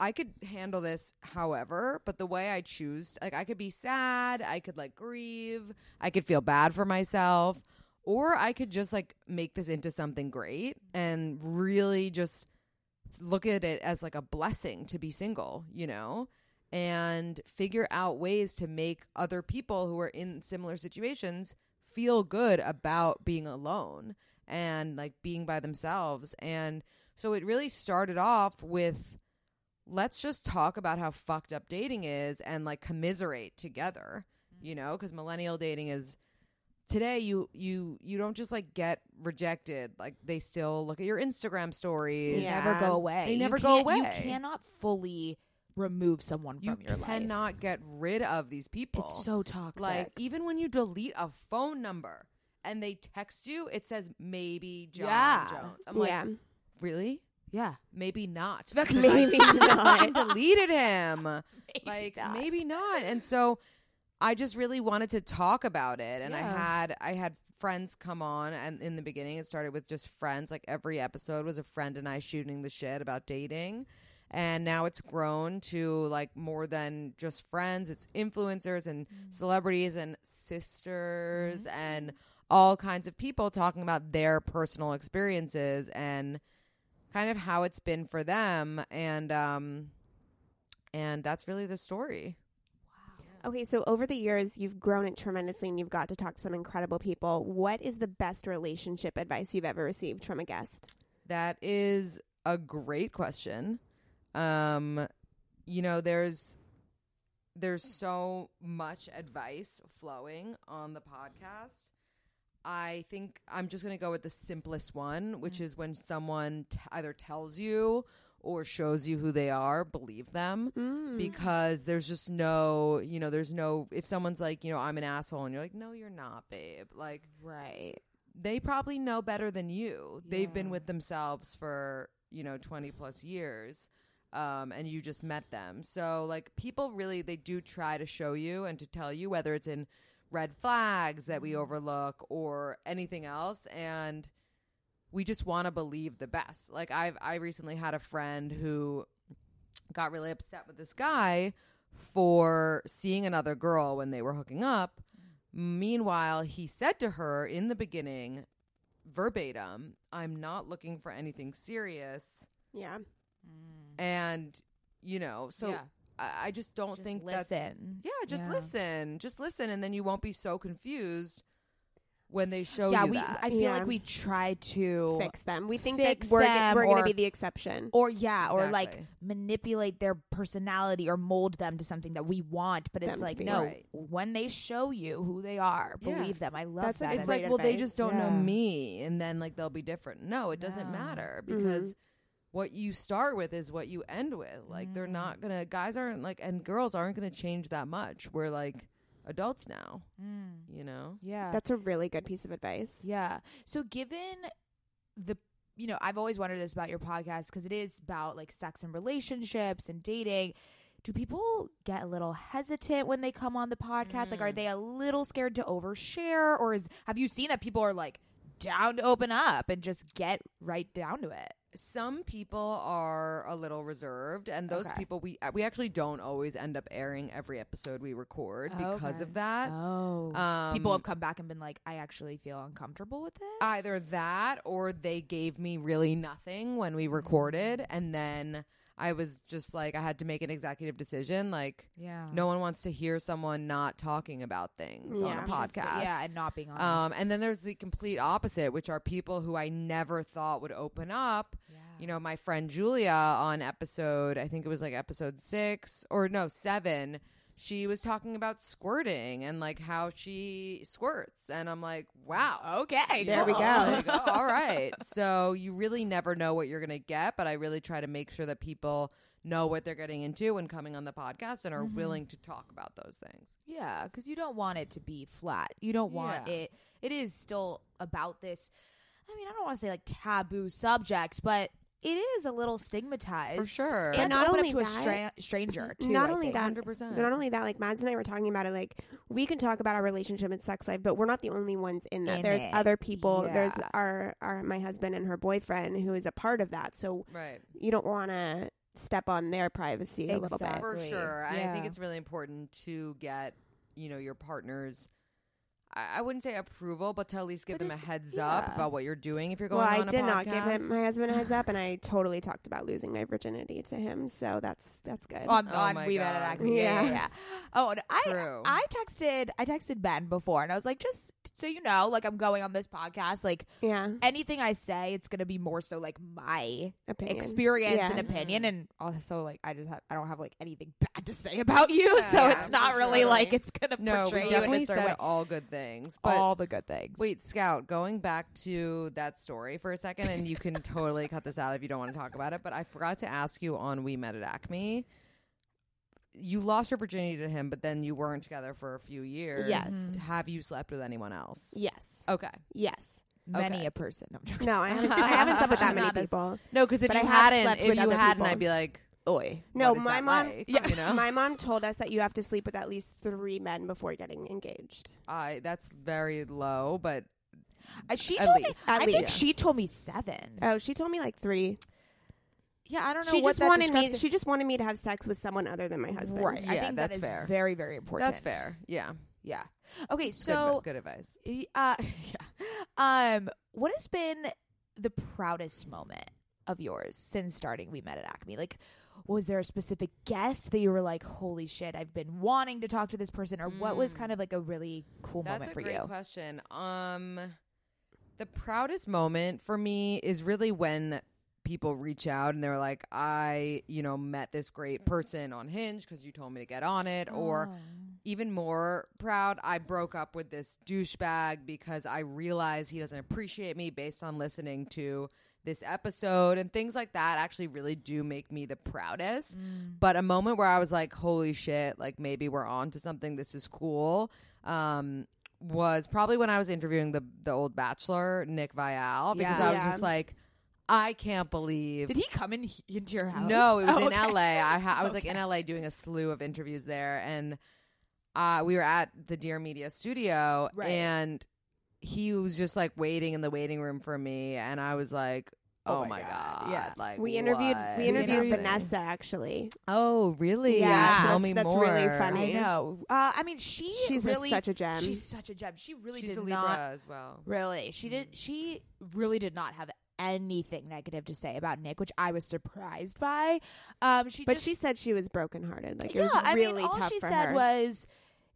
[SPEAKER 4] I could handle this however, but the way I choose, like, I could be sad, I could like grieve, I could feel bad for myself, or I could just like make this into something great and really just look at it as like a blessing to be single, you know? and figure out ways to make other people who are in similar situations feel good about being alone and like being by themselves. And so it really started off with let's just talk about how fucked up dating is and like commiserate together you know because millennial dating is today you you you don't just like get rejected like they still look at your instagram stories
[SPEAKER 3] They never go
[SPEAKER 4] and
[SPEAKER 3] away.
[SPEAKER 4] they
[SPEAKER 3] You
[SPEAKER 4] never go
[SPEAKER 3] can't-
[SPEAKER 4] away
[SPEAKER 3] You cannot fully remove someone
[SPEAKER 4] you
[SPEAKER 3] from your
[SPEAKER 4] cannot
[SPEAKER 3] life.
[SPEAKER 4] get rid of these people
[SPEAKER 3] It's so toxic.
[SPEAKER 4] like even when you delete a phone number and they text you it says maybe john
[SPEAKER 3] Yeah.
[SPEAKER 4] jones i'm like
[SPEAKER 2] yeah.
[SPEAKER 4] really
[SPEAKER 3] yeah.
[SPEAKER 4] maybe not.
[SPEAKER 3] Like,
[SPEAKER 4] 'Cause
[SPEAKER 2] maybe
[SPEAKER 4] I
[SPEAKER 2] not.
[SPEAKER 4] deleted him. like
[SPEAKER 2] not.
[SPEAKER 4] maybe not. And so I just really wanted to talk about it, and I
[SPEAKER 3] Yeah.
[SPEAKER 4] had I had friends come on, and in the beginning it started with just friends. Like every episode was a friend and I shooting the shit about dating. And now it's grown to like more than just friends. It's influencers and celebrities and sisters and all kinds of people talking about their personal experiences and kind of how it's been for them and um and that's really the story
[SPEAKER 2] Okay, so over the years, you've grown it tremendously and you've got to talk to some incredible people. What is the best relationship advice you've ever received from a guest?
[SPEAKER 4] that is a great question um you know there's there's so much advice flowing on the podcast i think i'm just going to go with the simplest one which is when someone t- either tells you or shows you who they are believe them
[SPEAKER 2] Mm-hmm. Mm,
[SPEAKER 4] because there's just no, you know, there's no, if someone's like, you know, I'm an asshole and you're like, no, you're not, babe. Like,
[SPEAKER 3] Right.
[SPEAKER 4] they probably know better than you. They've been
[SPEAKER 3] Yeah.
[SPEAKER 4] with themselves for, you know, 20 plus years. Um, and you just met them. So, like, people really, they do try to show you and to tell you whether it's in red flags that we overlook or anything else. And we just want to believe the best. Like, I've, I recently had a friend who got really upset with this guy for seeing another girl when they were hooking up. Meanwhile, he said to her in the beginning, verbatim, I'm not looking for anything serious.
[SPEAKER 2] Yeah.
[SPEAKER 4] And, you know, so
[SPEAKER 3] Mm. Yeah.
[SPEAKER 4] I, I just don't
[SPEAKER 3] Just
[SPEAKER 4] think that's.
[SPEAKER 3] listen.
[SPEAKER 4] Yeah, just
[SPEAKER 3] Yeah.
[SPEAKER 4] listen. Just listen. And then you won't be so confused when they show
[SPEAKER 3] yeah,
[SPEAKER 4] you
[SPEAKER 3] we.
[SPEAKER 4] that.
[SPEAKER 3] I feel
[SPEAKER 2] Yeah.
[SPEAKER 3] like we try to
[SPEAKER 2] Fix them. We think
[SPEAKER 3] Fix
[SPEAKER 2] that we're,
[SPEAKER 3] them
[SPEAKER 2] we're going
[SPEAKER 3] or-
[SPEAKER 2] to be the exception.
[SPEAKER 3] or yeah, or like
[SPEAKER 4] Exactly.
[SPEAKER 3] manipulate their personality or mold them to something that we want. But
[SPEAKER 2] Them
[SPEAKER 3] it's
[SPEAKER 2] to
[SPEAKER 3] like
[SPEAKER 2] be.
[SPEAKER 3] no,
[SPEAKER 4] Right.
[SPEAKER 3] when they show you who they are,
[SPEAKER 4] Yeah.
[SPEAKER 3] believe them. I love
[SPEAKER 2] That's a
[SPEAKER 3] that.
[SPEAKER 2] good
[SPEAKER 4] it's
[SPEAKER 2] great
[SPEAKER 4] like, well, they
[SPEAKER 2] advice.
[SPEAKER 4] just don't know
[SPEAKER 3] Yeah.
[SPEAKER 4] me, and then like they'll be different. No, it doesn't
[SPEAKER 3] No.
[SPEAKER 4] matter because what you start with is what you end with. Like they're not
[SPEAKER 3] Mm.
[SPEAKER 4] gonna guys aren't like and girls aren't gonna change that much. We're like adults now, you know.
[SPEAKER 3] Mm. yeah,
[SPEAKER 2] That's a really good piece of advice.
[SPEAKER 3] Yeah. So given the you know, I've always wondered this about your podcast because it is about like sex and relationships and dating. Do people get a little hesitant when they come on the podcast? Like
[SPEAKER 4] Mm.
[SPEAKER 3] are they a little scared to overshare or is have you seen that people are like down to open up and just get right down to it?
[SPEAKER 4] Some people are a little reserved, and those
[SPEAKER 3] Okay.
[SPEAKER 4] people we uh, we actually don't always end up airing every episode we record because
[SPEAKER 3] Okay.
[SPEAKER 4] of that.
[SPEAKER 3] Oh.
[SPEAKER 4] Uh, Um,
[SPEAKER 3] people have come back and been like, I actually feel uncomfortable with this.
[SPEAKER 4] either that or they gave me really nothing when we
[SPEAKER 3] Mm.
[SPEAKER 4] recorded and then i was just like i had to make an executive decision like
[SPEAKER 3] Yeah.
[SPEAKER 4] no one wants to hear someone not talking about things on
[SPEAKER 2] Yeah.
[SPEAKER 4] a
[SPEAKER 3] Interesting.
[SPEAKER 4] podcast
[SPEAKER 3] Yeah, and not being honest.
[SPEAKER 4] um, and then there's the complete opposite which are people who i never thought would open up you know my friend julia on episode i think it was like episode six or no seven she was talking about squirting and like how she squirts and i'm like wow
[SPEAKER 3] okay.
[SPEAKER 4] there we go.
[SPEAKER 3] cool.
[SPEAKER 4] Like, oh, all right. So you really never know what you're going to get, but I really try to make sure that people know what they're getting into when coming on the podcast and are willing to talk about those things.
[SPEAKER 3] Yeah, because you don't want it to be flat. You don't want
[SPEAKER 4] Yeah.
[SPEAKER 3] it. It is still about this. I mean, I don't want to say like taboo subject, but it is a little stigmatized
[SPEAKER 4] sure.
[SPEAKER 3] And
[SPEAKER 4] But
[SPEAKER 2] not
[SPEAKER 3] not open
[SPEAKER 2] only
[SPEAKER 3] only up to
[SPEAKER 2] that-
[SPEAKER 3] a stra- stranger. Too,
[SPEAKER 2] not
[SPEAKER 3] I
[SPEAKER 2] only
[SPEAKER 3] think.
[SPEAKER 2] that,
[SPEAKER 4] 100%.
[SPEAKER 3] Mm.
[SPEAKER 2] Not only that, like Mads and I were talking about it. Like we can talk about our relationship and sex life, but we're not the only ones in that.
[SPEAKER 3] In
[SPEAKER 2] There's
[SPEAKER 3] it.
[SPEAKER 2] other people. There's
[SPEAKER 3] Yeah.
[SPEAKER 2] our our my husband and her boyfriend who is a part of that. So
[SPEAKER 4] Right.
[SPEAKER 2] you don't want to step on their privacy a little bit.
[SPEAKER 3] Exactly.
[SPEAKER 4] For sure. And I think
[SPEAKER 3] Yeah.
[SPEAKER 4] it's really important to get, you know, your partner's I I wouldn't say approval, but to at least give
[SPEAKER 3] But
[SPEAKER 4] them a
[SPEAKER 3] there's-
[SPEAKER 4] heads
[SPEAKER 3] yeah.
[SPEAKER 4] up about what you're doing if you're going
[SPEAKER 2] well,
[SPEAKER 4] on
[SPEAKER 2] I
[SPEAKER 4] a
[SPEAKER 2] did
[SPEAKER 4] podcast.
[SPEAKER 2] not give him, my husband a heads up, and I totally talked about losing my virginity to him. So that's that's good.
[SPEAKER 3] Oh, I'm,
[SPEAKER 4] Oh
[SPEAKER 3] I'm
[SPEAKER 4] my
[SPEAKER 3] we met at
[SPEAKER 4] God.
[SPEAKER 3] Acme. Yeah, yeah.
[SPEAKER 2] Yeah.
[SPEAKER 3] yeah. Oh, and I
[SPEAKER 4] True.
[SPEAKER 3] I texted I texted Ben before, and I was like, just so you know, like I'm going on this podcast, like
[SPEAKER 2] Yeah.
[SPEAKER 3] anything I say, it's gonna be more so like my
[SPEAKER 2] Opinion.
[SPEAKER 3] experience
[SPEAKER 2] Yeah.
[SPEAKER 3] and
[SPEAKER 4] Mhm.
[SPEAKER 3] opinion, and also like I just have, I don't have like anything bad to say about you, so
[SPEAKER 2] Yeah,
[SPEAKER 3] it's not
[SPEAKER 2] for
[SPEAKER 3] really
[SPEAKER 2] sure.
[SPEAKER 3] like it's gonna
[SPEAKER 4] No,
[SPEAKER 3] portray
[SPEAKER 4] we
[SPEAKER 3] you in
[SPEAKER 4] definitely
[SPEAKER 3] a certain
[SPEAKER 4] said
[SPEAKER 3] way.
[SPEAKER 4] all good things. But
[SPEAKER 3] all the good things.
[SPEAKER 4] wait, Scout, going back to that story for a second, and you can totally cut this out if you don't want to talk about it. But I forgot to ask you on We Met at Acme. You lost your virginity to him, but then you weren't together for a few years.
[SPEAKER 2] Yes.
[SPEAKER 4] Have you slept with anyone else?
[SPEAKER 2] Yes.
[SPEAKER 4] Okay.
[SPEAKER 2] Yes.
[SPEAKER 3] many
[SPEAKER 4] okay.
[SPEAKER 3] a person. No, I'm joking.
[SPEAKER 2] No, I haven't. I haven't slept with that
[SPEAKER 3] She's
[SPEAKER 2] many
[SPEAKER 3] not as-
[SPEAKER 2] people.
[SPEAKER 4] No, because if
[SPEAKER 2] But
[SPEAKER 4] you
[SPEAKER 2] I have
[SPEAKER 4] hadn't,
[SPEAKER 2] slept
[SPEAKER 4] if
[SPEAKER 2] with
[SPEAKER 4] you
[SPEAKER 2] other
[SPEAKER 4] hadn't,
[SPEAKER 2] people.
[SPEAKER 4] I'd be like,
[SPEAKER 3] Oi.
[SPEAKER 2] No,
[SPEAKER 4] what is
[SPEAKER 2] my
[SPEAKER 4] that
[SPEAKER 2] mom.
[SPEAKER 4] like? You know?
[SPEAKER 2] My mom told us that you have to sleep with at least three men before getting engaged.
[SPEAKER 4] I that's very low, but
[SPEAKER 3] Uh, She
[SPEAKER 4] At
[SPEAKER 3] told
[SPEAKER 4] least.
[SPEAKER 3] me.
[SPEAKER 2] At
[SPEAKER 3] I think
[SPEAKER 2] least.
[SPEAKER 3] she told me seven.
[SPEAKER 2] Oh, she told me like three.
[SPEAKER 3] yeah, I don't know
[SPEAKER 2] She
[SPEAKER 3] what
[SPEAKER 2] just
[SPEAKER 3] that
[SPEAKER 2] wanted me.
[SPEAKER 3] describes
[SPEAKER 2] She just wanted me to have sex with someone other than my
[SPEAKER 3] it-
[SPEAKER 2] husband.
[SPEAKER 3] right. I
[SPEAKER 4] Yeah,
[SPEAKER 3] think
[SPEAKER 4] that's
[SPEAKER 3] that is
[SPEAKER 4] fair.
[SPEAKER 3] very very important.
[SPEAKER 4] that's fair. Yeah.
[SPEAKER 3] Yeah. Okay.
[SPEAKER 4] Good advi-
[SPEAKER 3] So
[SPEAKER 4] good, advice.
[SPEAKER 3] Y- uh yeah um what has been the proudest moment of yours since starting we met at acme like was there a specific guest that you were like holy shit i've been wanting to talk to this person or what was
[SPEAKER 4] Mm.
[SPEAKER 3] kind of like a really cool
[SPEAKER 4] That's
[SPEAKER 3] moment
[SPEAKER 4] a
[SPEAKER 3] for
[SPEAKER 4] great
[SPEAKER 3] you
[SPEAKER 4] question. Um, the proudest moment for me is really when people reach out and they're like, "I, you know, met this
[SPEAKER 2] Mm-hmm.
[SPEAKER 4] great person on Hinge because you told me to get on it," or even more proud, I broke up with this douchebag because I realized he doesn't appreciate me based on listening to this episode and things like that actually really do make me the proudest.
[SPEAKER 3] Mm.
[SPEAKER 4] But a moment where I was like, holy shit, like maybe we're on to something, this is cool. Um was probably when I was interviewing the the old bachelor, Nick Vial, because
[SPEAKER 3] Yeah.
[SPEAKER 4] I was
[SPEAKER 2] Yeah.
[SPEAKER 4] just like, I can't believe
[SPEAKER 3] did he come in he- into your house
[SPEAKER 4] no, it was
[SPEAKER 3] Oh,
[SPEAKER 4] in
[SPEAKER 3] okay.
[SPEAKER 4] LA. I, ha- I was like in LA doing a slew of interviews there, and uh, we were at the Dear Media studio,
[SPEAKER 3] Right.
[SPEAKER 4] and he was just like waiting in the waiting room for me, and I was like,
[SPEAKER 3] Oh
[SPEAKER 4] "Oh,
[SPEAKER 3] my
[SPEAKER 4] my
[SPEAKER 3] God.
[SPEAKER 4] god.
[SPEAKER 3] Yeah.
[SPEAKER 4] Like
[SPEAKER 2] We interviewed.
[SPEAKER 4] what
[SPEAKER 2] We
[SPEAKER 4] is
[SPEAKER 2] interviewed
[SPEAKER 4] happening?
[SPEAKER 2] Vanessa actually.
[SPEAKER 4] Oh, really?
[SPEAKER 2] Yeah,
[SPEAKER 3] Yeah.
[SPEAKER 4] Tell
[SPEAKER 2] that's-
[SPEAKER 4] me
[SPEAKER 2] that's
[SPEAKER 4] more.
[SPEAKER 2] really funny.
[SPEAKER 3] i know uh i mean she
[SPEAKER 2] She's a-
[SPEAKER 3] really
[SPEAKER 2] such a gem.
[SPEAKER 3] she's such a gem she really
[SPEAKER 4] She's
[SPEAKER 3] did
[SPEAKER 4] a Libra
[SPEAKER 3] not
[SPEAKER 4] as well.
[SPEAKER 3] Really, she did.
[SPEAKER 2] Mm.
[SPEAKER 3] She really did not have anything negative to say about Nick, which I was surprised by. Um, she,
[SPEAKER 2] But
[SPEAKER 3] just,
[SPEAKER 2] she said she was brokenhearted. Like
[SPEAKER 3] yeah,
[SPEAKER 2] it was
[SPEAKER 3] I
[SPEAKER 2] really
[SPEAKER 3] mean, all
[SPEAKER 2] tough
[SPEAKER 3] she
[SPEAKER 2] for
[SPEAKER 3] said
[SPEAKER 2] her.
[SPEAKER 3] was,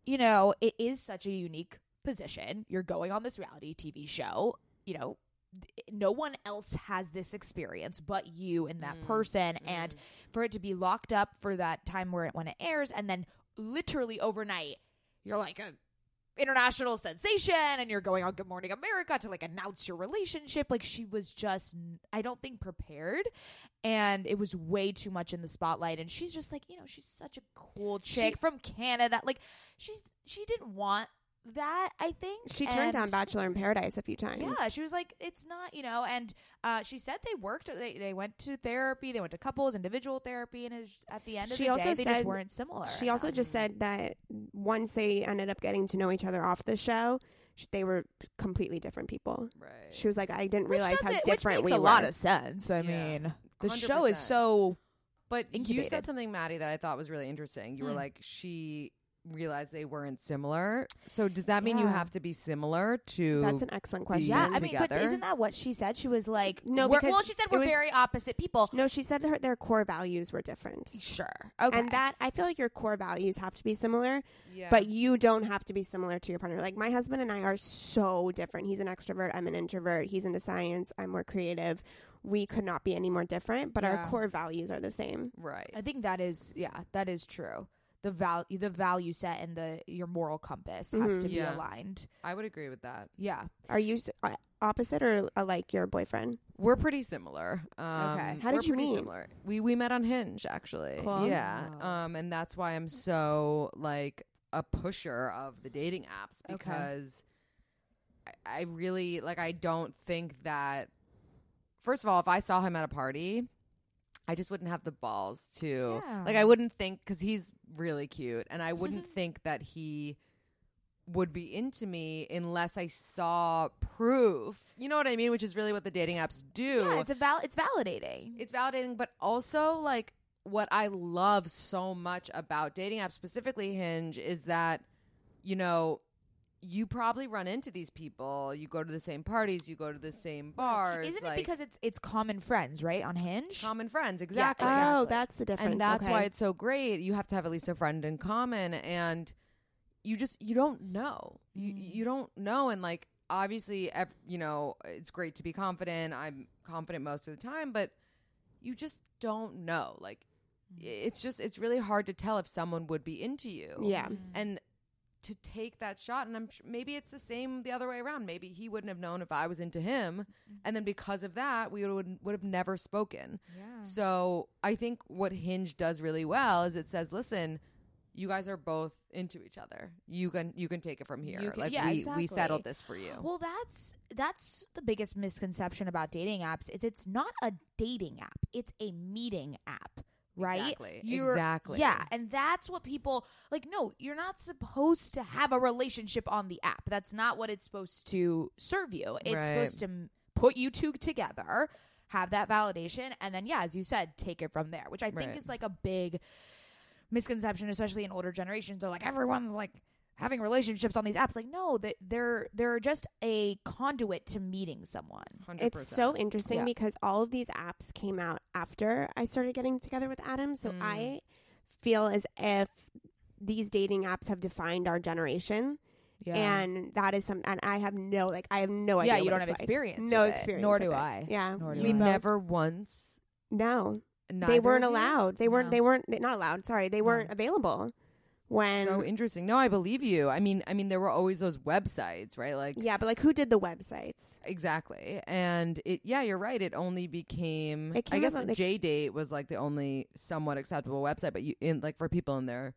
[SPEAKER 3] you know, it is such a unique position. You're going on this reality TV show. You know, th- no one else has this experience but you and
[SPEAKER 2] Mm,
[SPEAKER 3] that person, and for it to be locked up for that time where it when it airs, and then literally overnight, you're like a international sensation and you're going on Good Morning America to like announce your relationship. Like she was just, I don't think, prepared. And it was way too much in the spotlight. And she's just like, you know, she's such a cool chick from Canada. Like she's, she didn't want that, I think.
[SPEAKER 2] she turned down
[SPEAKER 3] And-
[SPEAKER 2] Bachelor in Paradise a few times.
[SPEAKER 3] yeah, she was like, it's not, you know, and uh, she said they worked, they, they went to therapy, they went to couples, individual therapy, and it was- at the end of
[SPEAKER 2] She
[SPEAKER 3] the
[SPEAKER 2] also
[SPEAKER 3] day, they just
[SPEAKER 2] said-
[SPEAKER 3] weren't similar.
[SPEAKER 2] She also
[SPEAKER 3] enough.
[SPEAKER 2] just said that once they ended up getting to know each other off the show, sh- they were completely different people.
[SPEAKER 4] Right.
[SPEAKER 2] She was like, I didn't
[SPEAKER 3] Which
[SPEAKER 2] realize how
[SPEAKER 3] doesn't-
[SPEAKER 2] different
[SPEAKER 3] which makes
[SPEAKER 2] we
[SPEAKER 3] a lot
[SPEAKER 2] were.
[SPEAKER 3] of sense. I
[SPEAKER 4] Yeah.
[SPEAKER 3] mean, the show is
[SPEAKER 4] 100%.
[SPEAKER 3] so
[SPEAKER 4] But you
[SPEAKER 3] incubated.
[SPEAKER 4] said something, Maddie, that I thought was really interesting. You were
[SPEAKER 3] Hmm.
[SPEAKER 4] like, she realized they weren't similar. So does that mean you
[SPEAKER 2] Yeah.
[SPEAKER 4] have to be similar to?
[SPEAKER 2] That's an excellent question.
[SPEAKER 3] yeah.
[SPEAKER 4] them
[SPEAKER 3] I mean, but
[SPEAKER 4] together.
[SPEAKER 3] isn't that what she said? She was like,
[SPEAKER 2] No,
[SPEAKER 3] we're-
[SPEAKER 2] because
[SPEAKER 3] well, she said
[SPEAKER 2] it
[SPEAKER 3] we're
[SPEAKER 2] was-
[SPEAKER 3] very opposite people.
[SPEAKER 2] no, she said her, their core values were different.
[SPEAKER 3] Sure, okay,
[SPEAKER 2] And that I feel like your core values have to be similar,
[SPEAKER 4] yeah.
[SPEAKER 2] but you don't have to be similar to your partner. Like my husband and I are so different. He's an extrovert, I'm an introvert. He's into science, I'm more creative. We could not be any more different, but
[SPEAKER 3] Yeah.
[SPEAKER 2] our core values are the same.
[SPEAKER 4] right.
[SPEAKER 3] I think that is yeah, that is true. The value, the value set, and the your moral compass has
[SPEAKER 2] Mhm.
[SPEAKER 3] to be
[SPEAKER 4] Yeah.
[SPEAKER 3] aligned.
[SPEAKER 4] I would agree with that.
[SPEAKER 3] Yeah,
[SPEAKER 2] Are you s- uh, opposite or alike your boyfriend?
[SPEAKER 4] We're pretty similar. Um,
[SPEAKER 2] How did
[SPEAKER 4] we're
[SPEAKER 2] you
[SPEAKER 4] pretty
[SPEAKER 2] meet?
[SPEAKER 4] Similar. We we met on Hinge actually.
[SPEAKER 2] Cool. Oh.
[SPEAKER 4] Yeah.
[SPEAKER 3] Wow.
[SPEAKER 4] Um, and that's why I'm so like a pusher of the dating apps
[SPEAKER 3] Okay.
[SPEAKER 4] because I, I really like. I don't think that. First of all, if I saw him at a party, I just wouldn't have the balls to like.
[SPEAKER 3] Yeah.
[SPEAKER 4] I wouldn't think because he's really cute, and I wouldn't think that he would be into me unless I saw proof. You know what I mean? Which is really what the dating apps do.
[SPEAKER 3] yeah, it's a val, it's validating.
[SPEAKER 4] It's validating, but also like what I love so much about dating apps, specifically Hinge, is that you know you probably run into these people. You go to the same parties, you go to the same bars.
[SPEAKER 3] Isn't
[SPEAKER 4] like,
[SPEAKER 3] it because it's it's common friends, right? On Hinge,
[SPEAKER 4] common friends? Exactly.
[SPEAKER 2] Oh,
[SPEAKER 3] Exactly.
[SPEAKER 2] that's the difference.
[SPEAKER 4] And that's
[SPEAKER 2] okay.
[SPEAKER 4] why it's so great. You have to have at least a friend in common, and you just you don't know you
[SPEAKER 2] Mm.
[SPEAKER 4] you don't know and like obviously ev- you know it's great to be confident i'm confident most of the time but you just don't know like
[SPEAKER 2] Mm.
[SPEAKER 4] it's just it's really hard to tell if someone would be into you
[SPEAKER 2] Yeah.
[SPEAKER 3] Mm.
[SPEAKER 4] and to take that shot and i'm sh- maybe it's the same the other way around maybe he wouldn't have known if i was into him
[SPEAKER 2] Mm.
[SPEAKER 4] and then because of that we would would have never spoken
[SPEAKER 3] Yeah.
[SPEAKER 4] so i think what hinge does really well is it says listen you guys are both into each other you can you can take it from here
[SPEAKER 3] You can-
[SPEAKER 4] like
[SPEAKER 3] yeah,
[SPEAKER 4] we we
[SPEAKER 3] exactly.
[SPEAKER 4] settled this for you
[SPEAKER 3] Well, that's that's the biggest misconception about dating apps is it's not a dating app; it's a meeting app, right?
[SPEAKER 4] Exactly.
[SPEAKER 3] You're-
[SPEAKER 4] Exactly.
[SPEAKER 3] Yeah, and that's what people like. No, you're not supposed to have a relationship on the app. That's not what it's supposed to serve you. It's
[SPEAKER 4] Right.
[SPEAKER 3] supposed to m- put you two together, have that validation, and then yeah, as you said, take it from there. Which I think
[SPEAKER 4] Right.
[SPEAKER 3] is like a big misconception, especially in older generations. They're like, everyone's like having relationships on these apps. Like, no, that they're they're just a conduit to meeting someone.
[SPEAKER 4] 100%.
[SPEAKER 2] It's so interesting
[SPEAKER 4] Yeah.
[SPEAKER 2] because all of these apps came out after I started getting together with Adam. So
[SPEAKER 3] Mm.
[SPEAKER 2] I feel as if these dating apps have defined our generation. And that is some, and I have no, like, I have no idea.
[SPEAKER 3] yeah, you
[SPEAKER 2] what
[SPEAKER 3] don't
[SPEAKER 2] it's
[SPEAKER 3] have
[SPEAKER 2] like.
[SPEAKER 3] experience.
[SPEAKER 2] No
[SPEAKER 3] with it,
[SPEAKER 2] experience.
[SPEAKER 3] Nor
[SPEAKER 2] of
[SPEAKER 3] do
[SPEAKER 2] it.
[SPEAKER 3] I.
[SPEAKER 2] Yeah.
[SPEAKER 3] Nor do
[SPEAKER 4] we
[SPEAKER 3] I.
[SPEAKER 2] both-
[SPEAKER 4] never once
[SPEAKER 2] No. they
[SPEAKER 4] neither
[SPEAKER 2] weren't
[SPEAKER 4] of you?
[SPEAKER 2] allowed. They weren't,
[SPEAKER 3] No.
[SPEAKER 2] they weren't, they- not allowed. Sorry. They weren't available when,
[SPEAKER 4] so interesting no i believe you i mean i mean there were always those websites right like
[SPEAKER 2] yeah, but like, who did the websites?
[SPEAKER 4] Exactly. And it yeah, you're right. It only became
[SPEAKER 2] It
[SPEAKER 4] I
[SPEAKER 2] came
[SPEAKER 4] guess
[SPEAKER 2] about, like-
[SPEAKER 4] J date was like the only somewhat acceptable website, but you in like for people in their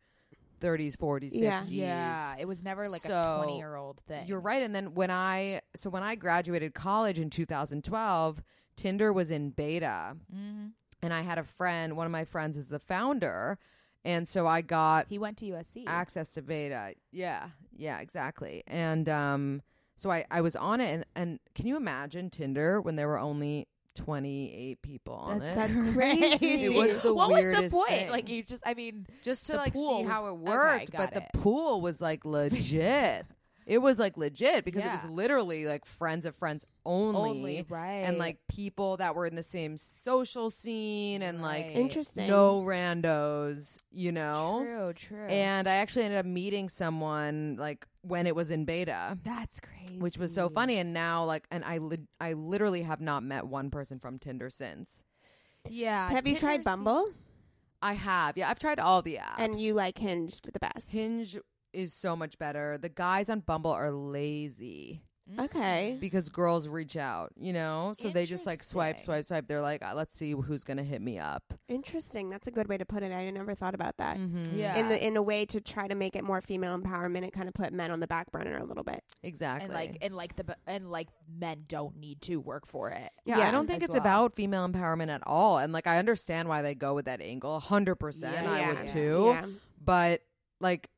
[SPEAKER 4] 30s, 40s, 50s.
[SPEAKER 2] Yeah.
[SPEAKER 3] Yeah, it was never like a
[SPEAKER 4] So,
[SPEAKER 3] twenty-year-old thing.
[SPEAKER 4] You're right. And then when I so when I graduated college in 2012, Tinder was in beta.
[SPEAKER 3] Mhm.
[SPEAKER 4] And I had a friend, one of my friends is the founder, and so I got
[SPEAKER 3] He went to USC.
[SPEAKER 4] access to beta yeah yeah exactly and um so i i was on it and and can you imagine tinder when there were only 28 people on it
[SPEAKER 2] That's crazy.
[SPEAKER 4] It was the
[SPEAKER 3] what was
[SPEAKER 4] weirdest
[SPEAKER 3] the point?
[SPEAKER 4] thing.
[SPEAKER 3] Like you just, I mean,
[SPEAKER 4] just to
[SPEAKER 3] the
[SPEAKER 4] like
[SPEAKER 3] pool
[SPEAKER 4] see
[SPEAKER 3] was-
[SPEAKER 4] how it
[SPEAKER 3] okay,
[SPEAKER 4] worked
[SPEAKER 3] got
[SPEAKER 4] but the
[SPEAKER 3] it.
[SPEAKER 4] pool was like legit it was like legit because it
[SPEAKER 3] Yeah.
[SPEAKER 4] was literally like friends of friends only,
[SPEAKER 3] only right
[SPEAKER 4] and like people that were in the same social scene and like
[SPEAKER 3] Right.
[SPEAKER 2] Interesting.
[SPEAKER 4] no randos you know
[SPEAKER 3] true, true,
[SPEAKER 4] and I actually ended up meeting someone like when it was in beta,
[SPEAKER 3] that's crazy.
[SPEAKER 4] which was so funny. And now, like, and I li- I literally have not met one person from Tinder since.
[SPEAKER 3] Yeah.
[SPEAKER 2] Have you
[SPEAKER 3] Uh, Tinder
[SPEAKER 2] tried
[SPEAKER 3] seems-
[SPEAKER 2] Bumble?
[SPEAKER 4] I have, yeah, I've tried all the apps,
[SPEAKER 2] And you like hinged the best.
[SPEAKER 4] Hinge is so much better. The guys on Bumble are lazy
[SPEAKER 3] Mm-hmm.
[SPEAKER 2] Okay.
[SPEAKER 4] because girls reach out, you know, so they just like swipe,
[SPEAKER 3] Interesting.
[SPEAKER 4] swipe, swipe. They're like, "Uh, let's see who's gonna hit me up.
[SPEAKER 2] Interesting. That's a good way to put it. I never thought about that.
[SPEAKER 4] Mm-hmm.
[SPEAKER 3] Yeah.
[SPEAKER 2] In the in a way to try to make it more female empowerment, it kind of put men on the back burner a little bit.
[SPEAKER 4] exactly.
[SPEAKER 3] And like and like the b- and like men don't need to work for it.
[SPEAKER 4] Yeah,
[SPEAKER 2] Yeah.
[SPEAKER 4] I don't think
[SPEAKER 3] As
[SPEAKER 4] it's
[SPEAKER 3] well.
[SPEAKER 4] about female empowerment at all. And like I understand why they go with that angle 100%.
[SPEAKER 3] Yeah.
[SPEAKER 4] I
[SPEAKER 2] Yeah.
[SPEAKER 4] would
[SPEAKER 3] Yeah.
[SPEAKER 4] too.
[SPEAKER 2] Yeah.
[SPEAKER 4] But like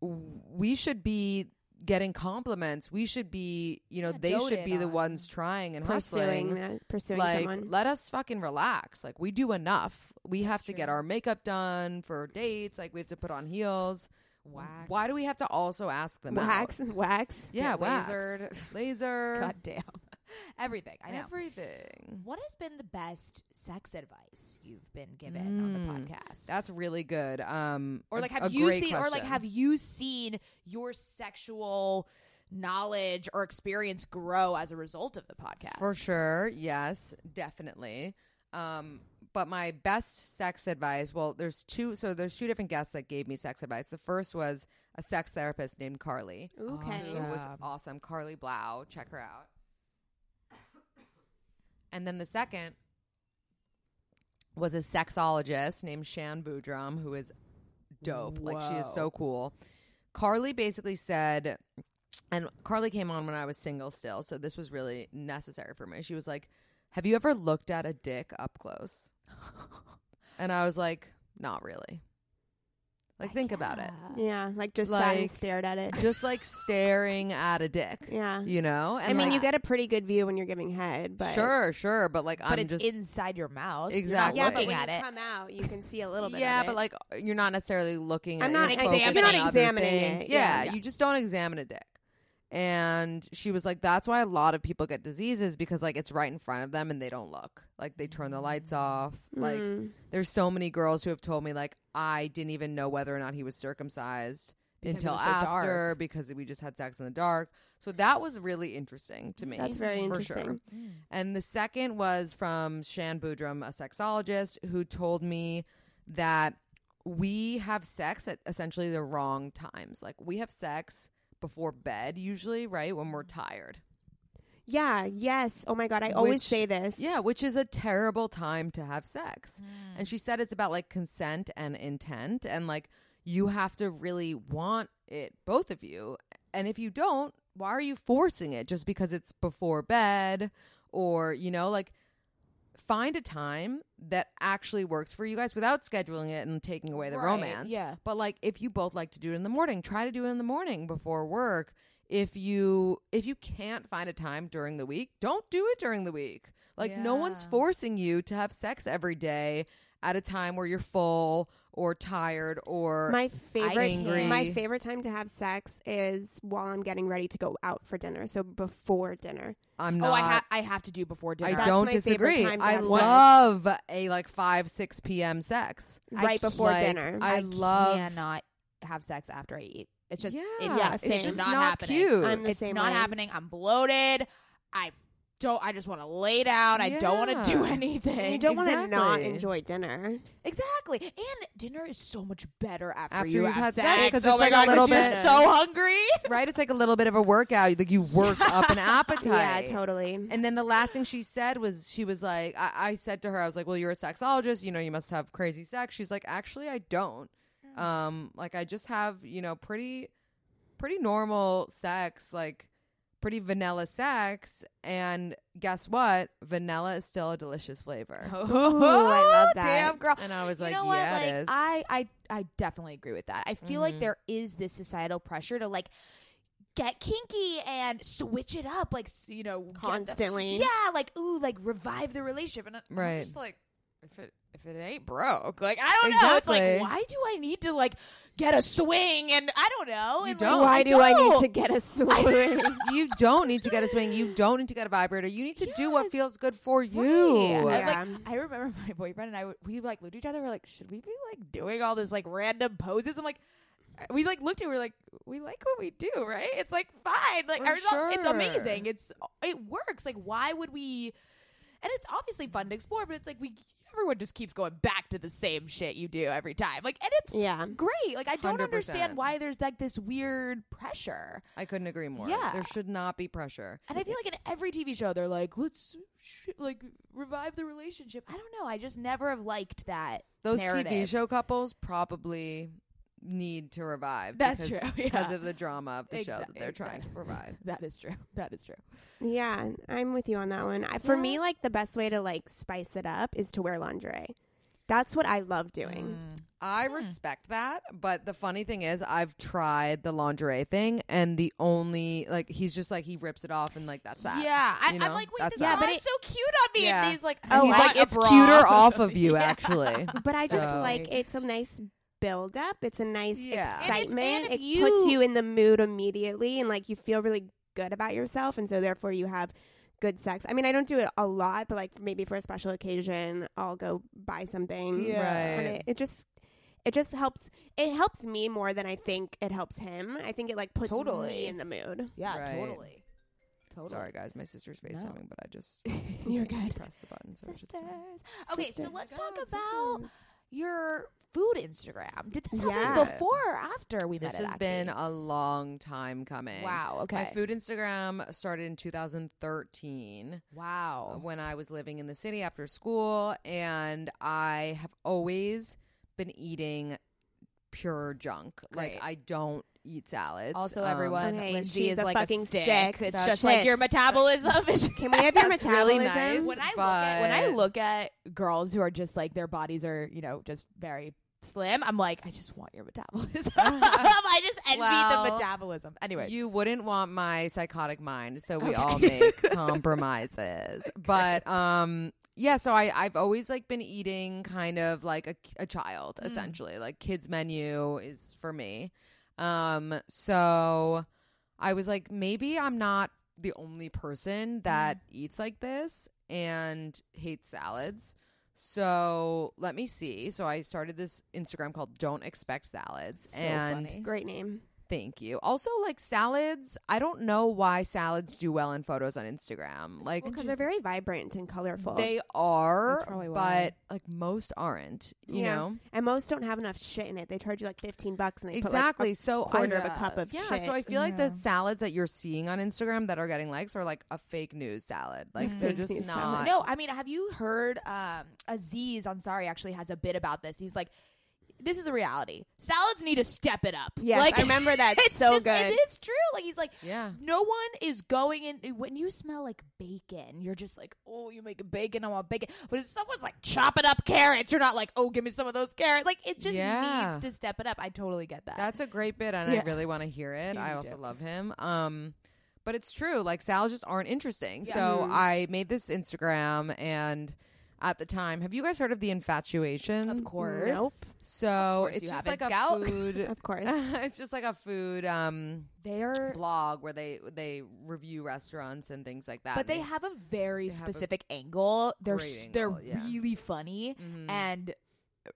[SPEAKER 4] w- we should be getting compliments. We should be, you know,
[SPEAKER 3] Yeah,
[SPEAKER 4] they should
[SPEAKER 3] doted
[SPEAKER 4] be the
[SPEAKER 3] on.
[SPEAKER 4] ones trying and
[SPEAKER 2] Pursuing
[SPEAKER 4] hustling.
[SPEAKER 2] that, pursuing
[SPEAKER 4] Like
[SPEAKER 2] someone.
[SPEAKER 4] let us fucking relax. Like we do enough. We have to get
[SPEAKER 3] true.
[SPEAKER 4] our makeup done for dates. Like we have to put on heels.
[SPEAKER 3] Wax.
[SPEAKER 4] Why do we have to also ask them out?
[SPEAKER 2] Wax, wax.
[SPEAKER 4] Yeah,
[SPEAKER 3] Get
[SPEAKER 4] wax.
[SPEAKER 3] lasered.
[SPEAKER 4] laser,
[SPEAKER 3] God damn. Everything. I know.
[SPEAKER 4] everything.
[SPEAKER 3] what has been the best sex advice you've been given on the
[SPEAKER 4] Mm.
[SPEAKER 3] podcast?
[SPEAKER 4] That's really good. Um,
[SPEAKER 3] or
[SPEAKER 4] a-
[SPEAKER 3] like have
[SPEAKER 4] a
[SPEAKER 3] you
[SPEAKER 4] great
[SPEAKER 3] seen or like
[SPEAKER 4] question.
[SPEAKER 3] have you seen your sexual knowledge or experience grow as a result of the podcast?
[SPEAKER 4] for sure? Yes, definitely. Um, but my best sex advice. Well, there's two. So there's two different guests that gave me sex advice. The first was a sex therapist named Carly.
[SPEAKER 2] Okay.
[SPEAKER 4] Who was
[SPEAKER 3] Awesome.
[SPEAKER 4] awesome. Carly Blau. Check her out. And then the second was a sexologist named Shan Boudram, who is dope. Like she is so cool. Carly basically said, and Carly came on when I was single still, so this was really necessary for me. She was like, Have you ever looked at a dick up close? and I was like, Not really. Like, think about it.
[SPEAKER 2] Yeah. Like just sat and
[SPEAKER 4] Like-
[SPEAKER 2] stared at it.
[SPEAKER 4] Just like staring at a dick.
[SPEAKER 2] Yeah.
[SPEAKER 4] You know?
[SPEAKER 2] I mean,
[SPEAKER 4] like,
[SPEAKER 2] you get a pretty good view when you're giving head, but
[SPEAKER 4] sure, sure, but like
[SPEAKER 3] But
[SPEAKER 4] I'm
[SPEAKER 3] it's
[SPEAKER 4] just
[SPEAKER 3] inside your mouth.
[SPEAKER 4] Exactly.
[SPEAKER 2] Yeah,
[SPEAKER 3] You're
[SPEAKER 2] but
[SPEAKER 3] not
[SPEAKER 2] when
[SPEAKER 3] looking
[SPEAKER 2] you
[SPEAKER 3] at it.
[SPEAKER 2] come out, you can see a little bit.
[SPEAKER 4] yeah,
[SPEAKER 2] of it.
[SPEAKER 4] but like you're not necessarily looking.
[SPEAKER 2] I'm
[SPEAKER 4] at
[SPEAKER 2] not
[SPEAKER 4] it,
[SPEAKER 3] examining-
[SPEAKER 4] focused
[SPEAKER 3] you're not
[SPEAKER 4] on other
[SPEAKER 2] examining
[SPEAKER 4] things.
[SPEAKER 2] it. Yeah,
[SPEAKER 4] Yeah,
[SPEAKER 2] yeah.
[SPEAKER 4] you just don't examine a dick. And she was like, "That's why a lot of people get diseases because like it's right in front of them and they don't look. Like they turn the lights off. Like
[SPEAKER 2] Mm.
[SPEAKER 4] there's so many girls who have told me like I didn't even know whether or not he was circumcised
[SPEAKER 3] Because it
[SPEAKER 4] until
[SPEAKER 3] was so dark.
[SPEAKER 4] after because we just had sex in the dark. So that was really interesting to me.
[SPEAKER 2] That's very
[SPEAKER 4] for sure.
[SPEAKER 2] interesting.
[SPEAKER 4] And the second was from Shan Boodrum, a sexologist, who told me that we have sex at essentially the wrong times. Like we have sex before bed usually, right? When we're tired.
[SPEAKER 2] Yeah, yes. Oh my God, I always
[SPEAKER 4] Which-
[SPEAKER 2] say this.
[SPEAKER 4] Yeah, which is a terrible time to have sex. And she said it's about like consent and intent and like you have to really want it both of you. And if you don't, why are you forcing it just because it's before bed or you know like find a time that actually works for you guys without scheduling it and taking away the
[SPEAKER 3] Right,
[SPEAKER 4] romance.
[SPEAKER 3] yeah.
[SPEAKER 4] But like if you both like to do it in the morning, try to do it in the morning before work. If you if you can't find a time during the week, don't do it during the week. Like no one's
[SPEAKER 3] Yeah.
[SPEAKER 4] forcing you to have sex every day at a time where you're full or tired or
[SPEAKER 2] My favorite,
[SPEAKER 4] angry.
[SPEAKER 2] my favorite time to have sex is while I'm getting ready to go out for dinner. So before dinner,
[SPEAKER 4] I'm
[SPEAKER 3] Oh,
[SPEAKER 4] not
[SPEAKER 3] I, ha- I have to do before dinner.
[SPEAKER 4] I
[SPEAKER 2] That's
[SPEAKER 4] don't
[SPEAKER 2] my favorite
[SPEAKER 4] disagree.
[SPEAKER 2] time to
[SPEAKER 4] I
[SPEAKER 2] have sex.
[SPEAKER 4] love a like 5 6 p.m. sex.
[SPEAKER 2] right before
[SPEAKER 4] Like,
[SPEAKER 2] dinner.
[SPEAKER 4] I,
[SPEAKER 3] I
[SPEAKER 4] love
[SPEAKER 3] cannot have sex after I eat. It's just it's,
[SPEAKER 2] Yeah,
[SPEAKER 3] it's
[SPEAKER 2] same.
[SPEAKER 3] just
[SPEAKER 2] It's
[SPEAKER 3] not, happening.
[SPEAKER 4] cute.
[SPEAKER 2] I'm the
[SPEAKER 3] it's
[SPEAKER 2] same
[SPEAKER 3] not
[SPEAKER 2] way.
[SPEAKER 3] happening. I'm bloated. I don't. I just want to lay down. I don't want to do
[SPEAKER 4] Yeah.
[SPEAKER 3] anything.
[SPEAKER 2] you don't want to not
[SPEAKER 4] exactly.
[SPEAKER 2] enjoy dinner.
[SPEAKER 3] exactly. And dinner is so much better after,
[SPEAKER 4] After
[SPEAKER 3] you
[SPEAKER 4] you've
[SPEAKER 3] have
[SPEAKER 4] had sex,
[SPEAKER 3] sex.
[SPEAKER 4] 'cause
[SPEAKER 3] oh
[SPEAKER 4] it's
[SPEAKER 3] my
[SPEAKER 4] like a
[SPEAKER 3] god, 'cause
[SPEAKER 4] little
[SPEAKER 3] you're
[SPEAKER 2] bit-
[SPEAKER 3] so hungry.
[SPEAKER 4] right? It's like a little bit of a workout. Like you work up an appetite.
[SPEAKER 2] Yeah, totally.
[SPEAKER 4] And then the last thing she said was, she was like, I, I said to her, I was like, well, you're a sexologist, you know, you must have crazy sex. She's like, actually, I don't. Um, like I just have, you know, pretty, pretty normal sex, like pretty vanilla sex. And guess what? Vanilla is still a delicious flavor.
[SPEAKER 2] I love that.
[SPEAKER 3] Oh, Damn girl.
[SPEAKER 4] Oh, And I was like,
[SPEAKER 3] you know what?
[SPEAKER 4] yeah,
[SPEAKER 3] like
[SPEAKER 4] it is. Mm-hmm.
[SPEAKER 3] I, I, I definitely agree with that. I feel like there is this societal pressure to like get kinky and switch it up, like s- you know, get the-
[SPEAKER 2] Constantly.
[SPEAKER 3] yeah, like ooh, like revive the relationship, and I- I'm
[SPEAKER 4] Right.
[SPEAKER 3] just like. If it, if it ain't broke, like I don't know. It's like
[SPEAKER 4] Exactly.
[SPEAKER 3] why do I need to like get a swing and I don't know.
[SPEAKER 4] You
[SPEAKER 3] and,
[SPEAKER 4] don't.
[SPEAKER 3] Like,
[SPEAKER 2] Why do I need
[SPEAKER 3] don't.
[SPEAKER 2] to get a swing?
[SPEAKER 4] you don't need to get a swing. You don't need to get a vibrator. You need to do what
[SPEAKER 3] Yes.
[SPEAKER 4] feels good for
[SPEAKER 3] Right.
[SPEAKER 4] you.
[SPEAKER 3] I,
[SPEAKER 2] Yeah.
[SPEAKER 3] like, I remember my boyfriend and I, would- we like looked at each other. We're like, should we be like doing all this like random poses? I'm like, uh, we like looked at. We're like, we like what we do, right? It's like fine. Like
[SPEAKER 4] For
[SPEAKER 3] our result- it's
[SPEAKER 4] sure.
[SPEAKER 3] amazing. It's uh, it works. Like why would we? And it's obviously fun to explore, but it's like we everyone just keeps going back to the same shit you do every time. Like and it's
[SPEAKER 2] yeah.
[SPEAKER 3] great. Like I don't
[SPEAKER 4] 100%.
[SPEAKER 3] understand why there's like this weird pressure.
[SPEAKER 4] I couldn't agree more.
[SPEAKER 3] Yeah.
[SPEAKER 4] There should not be pressure.
[SPEAKER 3] And I feel like in every TV show, they're like, let's sh- like revive the relationship. I don't know. I just never have liked that.
[SPEAKER 4] Those TV
[SPEAKER 3] narrative.
[SPEAKER 4] show couples probably need to revive.
[SPEAKER 3] That's
[SPEAKER 4] because,
[SPEAKER 3] true,
[SPEAKER 4] Because
[SPEAKER 3] yeah.
[SPEAKER 4] of the drama of the show that
[SPEAKER 3] Exact-
[SPEAKER 4] they're trying to
[SPEAKER 3] exact-
[SPEAKER 4] provide.
[SPEAKER 3] That is true. That is true.
[SPEAKER 2] Yeah, I'm with you on that one. I, for
[SPEAKER 3] Yeah.
[SPEAKER 2] me, like the best way to like spice it up is to wear lingerie. That's what I love doing.
[SPEAKER 3] Hmm.
[SPEAKER 4] I respect that, but the funny thing is, I've tried the lingerie thing, and the only like he's just like he rips it off, and like that's that.
[SPEAKER 3] yeah, I,
[SPEAKER 4] You know,
[SPEAKER 3] I'm like, wait,
[SPEAKER 4] that's
[SPEAKER 3] this
[SPEAKER 4] that.
[SPEAKER 3] yeah,
[SPEAKER 4] Yeah, but
[SPEAKER 3] is so cute on me.
[SPEAKER 4] Yeah. Uh,
[SPEAKER 3] And he's like,
[SPEAKER 4] And
[SPEAKER 2] Oh,
[SPEAKER 4] he's
[SPEAKER 2] I-
[SPEAKER 4] like,
[SPEAKER 2] a
[SPEAKER 4] it's cuter off of you, actually.
[SPEAKER 2] But I just
[SPEAKER 4] So-
[SPEAKER 2] like it's a nice build up. It's a nice
[SPEAKER 4] Yeah. And
[SPEAKER 3] if- and
[SPEAKER 2] excitement.
[SPEAKER 3] if
[SPEAKER 2] it
[SPEAKER 3] you-
[SPEAKER 2] puts you in the mood immediately, and like you feel really good about yourself, and so therefore you have good sex. I mean, I don't do it a lot, but like maybe for a special occasion, I'll go buy something.
[SPEAKER 3] Yeah.
[SPEAKER 2] And
[SPEAKER 4] Right.
[SPEAKER 2] it, it just. It just helps. It helps me more than I think it helps him. I think it like puts
[SPEAKER 3] Totally.
[SPEAKER 2] me in the mood.
[SPEAKER 3] Yeah,
[SPEAKER 4] Right.
[SPEAKER 3] totally. Totally.
[SPEAKER 4] Sorry, guys, my sister's FaceTiming, but I just
[SPEAKER 2] You're
[SPEAKER 4] I just
[SPEAKER 2] good.
[SPEAKER 4] pressed the button. So I should
[SPEAKER 3] Sisters.
[SPEAKER 4] say.
[SPEAKER 3] Okay, so
[SPEAKER 2] Sisters.
[SPEAKER 3] let's talk about your food Instagram. Did this happen
[SPEAKER 2] Yeah.
[SPEAKER 3] before or after we met?
[SPEAKER 4] This
[SPEAKER 3] at
[SPEAKER 4] has
[SPEAKER 3] Aki?
[SPEAKER 4] been a long time coming.
[SPEAKER 3] wow. Okay.
[SPEAKER 4] My food Instagram started in 2013.
[SPEAKER 3] wow.
[SPEAKER 4] when I was living in the city after school, and I have always been eating pure junk.
[SPEAKER 3] Great.
[SPEAKER 4] Like I don't eat salads.
[SPEAKER 3] Also,
[SPEAKER 4] Um,
[SPEAKER 3] everyone,
[SPEAKER 2] Okay,
[SPEAKER 3] Lindsay
[SPEAKER 2] she's
[SPEAKER 3] is
[SPEAKER 2] a
[SPEAKER 3] like a
[SPEAKER 2] fucking
[SPEAKER 3] stick.
[SPEAKER 2] stick.
[SPEAKER 3] It's
[SPEAKER 4] That's
[SPEAKER 3] just like
[SPEAKER 2] it.
[SPEAKER 3] your metabolism. is-
[SPEAKER 2] Can we have your
[SPEAKER 4] That's
[SPEAKER 2] metabolism?
[SPEAKER 4] really nice.
[SPEAKER 3] when I look at when I
[SPEAKER 4] but-
[SPEAKER 3] look at girls who are just like their bodies are you know just very slim, I'm like I just want your metabolism. I just envy the
[SPEAKER 4] Well,
[SPEAKER 3] metabolism. Anyway,
[SPEAKER 4] You wouldn't want my psychotic mind, so we
[SPEAKER 3] Okay.
[SPEAKER 4] all make compromises. But um yeah, so I I've always like been eating kind of like a, a
[SPEAKER 3] Hmm.
[SPEAKER 4] child essentially. Like kids menu is for me. Um so I was like maybe I'm not the only person that
[SPEAKER 3] Hmm.
[SPEAKER 4] eats like this and hates salads. So let me see. So I started this Instagram called Don't Expect Salads
[SPEAKER 3] so
[SPEAKER 4] and
[SPEAKER 3] funny.
[SPEAKER 2] Great name.
[SPEAKER 4] Thank you. Also, like salads, I don't know why salads do well in photos on Instagram. Like,
[SPEAKER 2] because they're very vibrant and colorful.
[SPEAKER 4] they are,
[SPEAKER 3] That's probably why.
[SPEAKER 4] but like most aren't, you
[SPEAKER 2] Yeah.
[SPEAKER 4] know?
[SPEAKER 2] and most don't have enough shit in it. They charge you like fifteen bucks, and they
[SPEAKER 4] Exactly.
[SPEAKER 2] Put, like,
[SPEAKER 4] so
[SPEAKER 2] quarter
[SPEAKER 4] I, uh,
[SPEAKER 2] of a cup of
[SPEAKER 4] yeah.
[SPEAKER 2] shit.
[SPEAKER 4] So I feel like the
[SPEAKER 3] Yeah.
[SPEAKER 4] salads that you're seeing on Instagram that are getting likes are like a fake news salad. Like they're
[SPEAKER 2] Mm-hmm. Fake
[SPEAKER 4] just
[SPEAKER 2] news salad.
[SPEAKER 4] not.
[SPEAKER 3] No, I mean, have you heard um, Aziz Ansari actually has a bit about this? He's like, this is the reality. Salads need to step it up.
[SPEAKER 2] a, yes,
[SPEAKER 3] like,
[SPEAKER 2] I remember that. It's so
[SPEAKER 3] just-
[SPEAKER 2] good.
[SPEAKER 3] and it's true. Like he's like,
[SPEAKER 4] Yeah.
[SPEAKER 3] no one is going in. eh, When you smell like bacon, you're just like, oh, you make bacon. I want bacon. But if someone's like chopping up carrots, you're not like, oh, give me some of those carrots. Like it just
[SPEAKER 4] Yeah.
[SPEAKER 3] needs to step it up. I totally get that.
[SPEAKER 4] That's a great bit, and I
[SPEAKER 3] Yeah.
[SPEAKER 4] really want to hear it. I
[SPEAKER 3] You
[SPEAKER 4] also
[SPEAKER 3] do.
[SPEAKER 4] love him. Um, but it's true. Like salads just aren't interesting.
[SPEAKER 3] Yeah. Mm-hmm.
[SPEAKER 4] So I made this Instagram, and at the time, have you guys heard of the infatuation?
[SPEAKER 3] of course.
[SPEAKER 2] Nope.
[SPEAKER 4] So
[SPEAKER 3] course
[SPEAKER 4] it's
[SPEAKER 3] you
[SPEAKER 4] just like
[SPEAKER 3] haven't,
[SPEAKER 4] a
[SPEAKER 3] Scout.
[SPEAKER 4] food.
[SPEAKER 2] of course.
[SPEAKER 4] it's just like a food um,
[SPEAKER 3] They're
[SPEAKER 4] blog where they they review restaurants and things like that.
[SPEAKER 3] but
[SPEAKER 4] and
[SPEAKER 3] they have a very
[SPEAKER 4] they have a
[SPEAKER 3] specific angle. They're s-
[SPEAKER 4] great
[SPEAKER 3] they're
[SPEAKER 4] angle, yeah.
[SPEAKER 3] really funny
[SPEAKER 4] Mhm.
[SPEAKER 3] and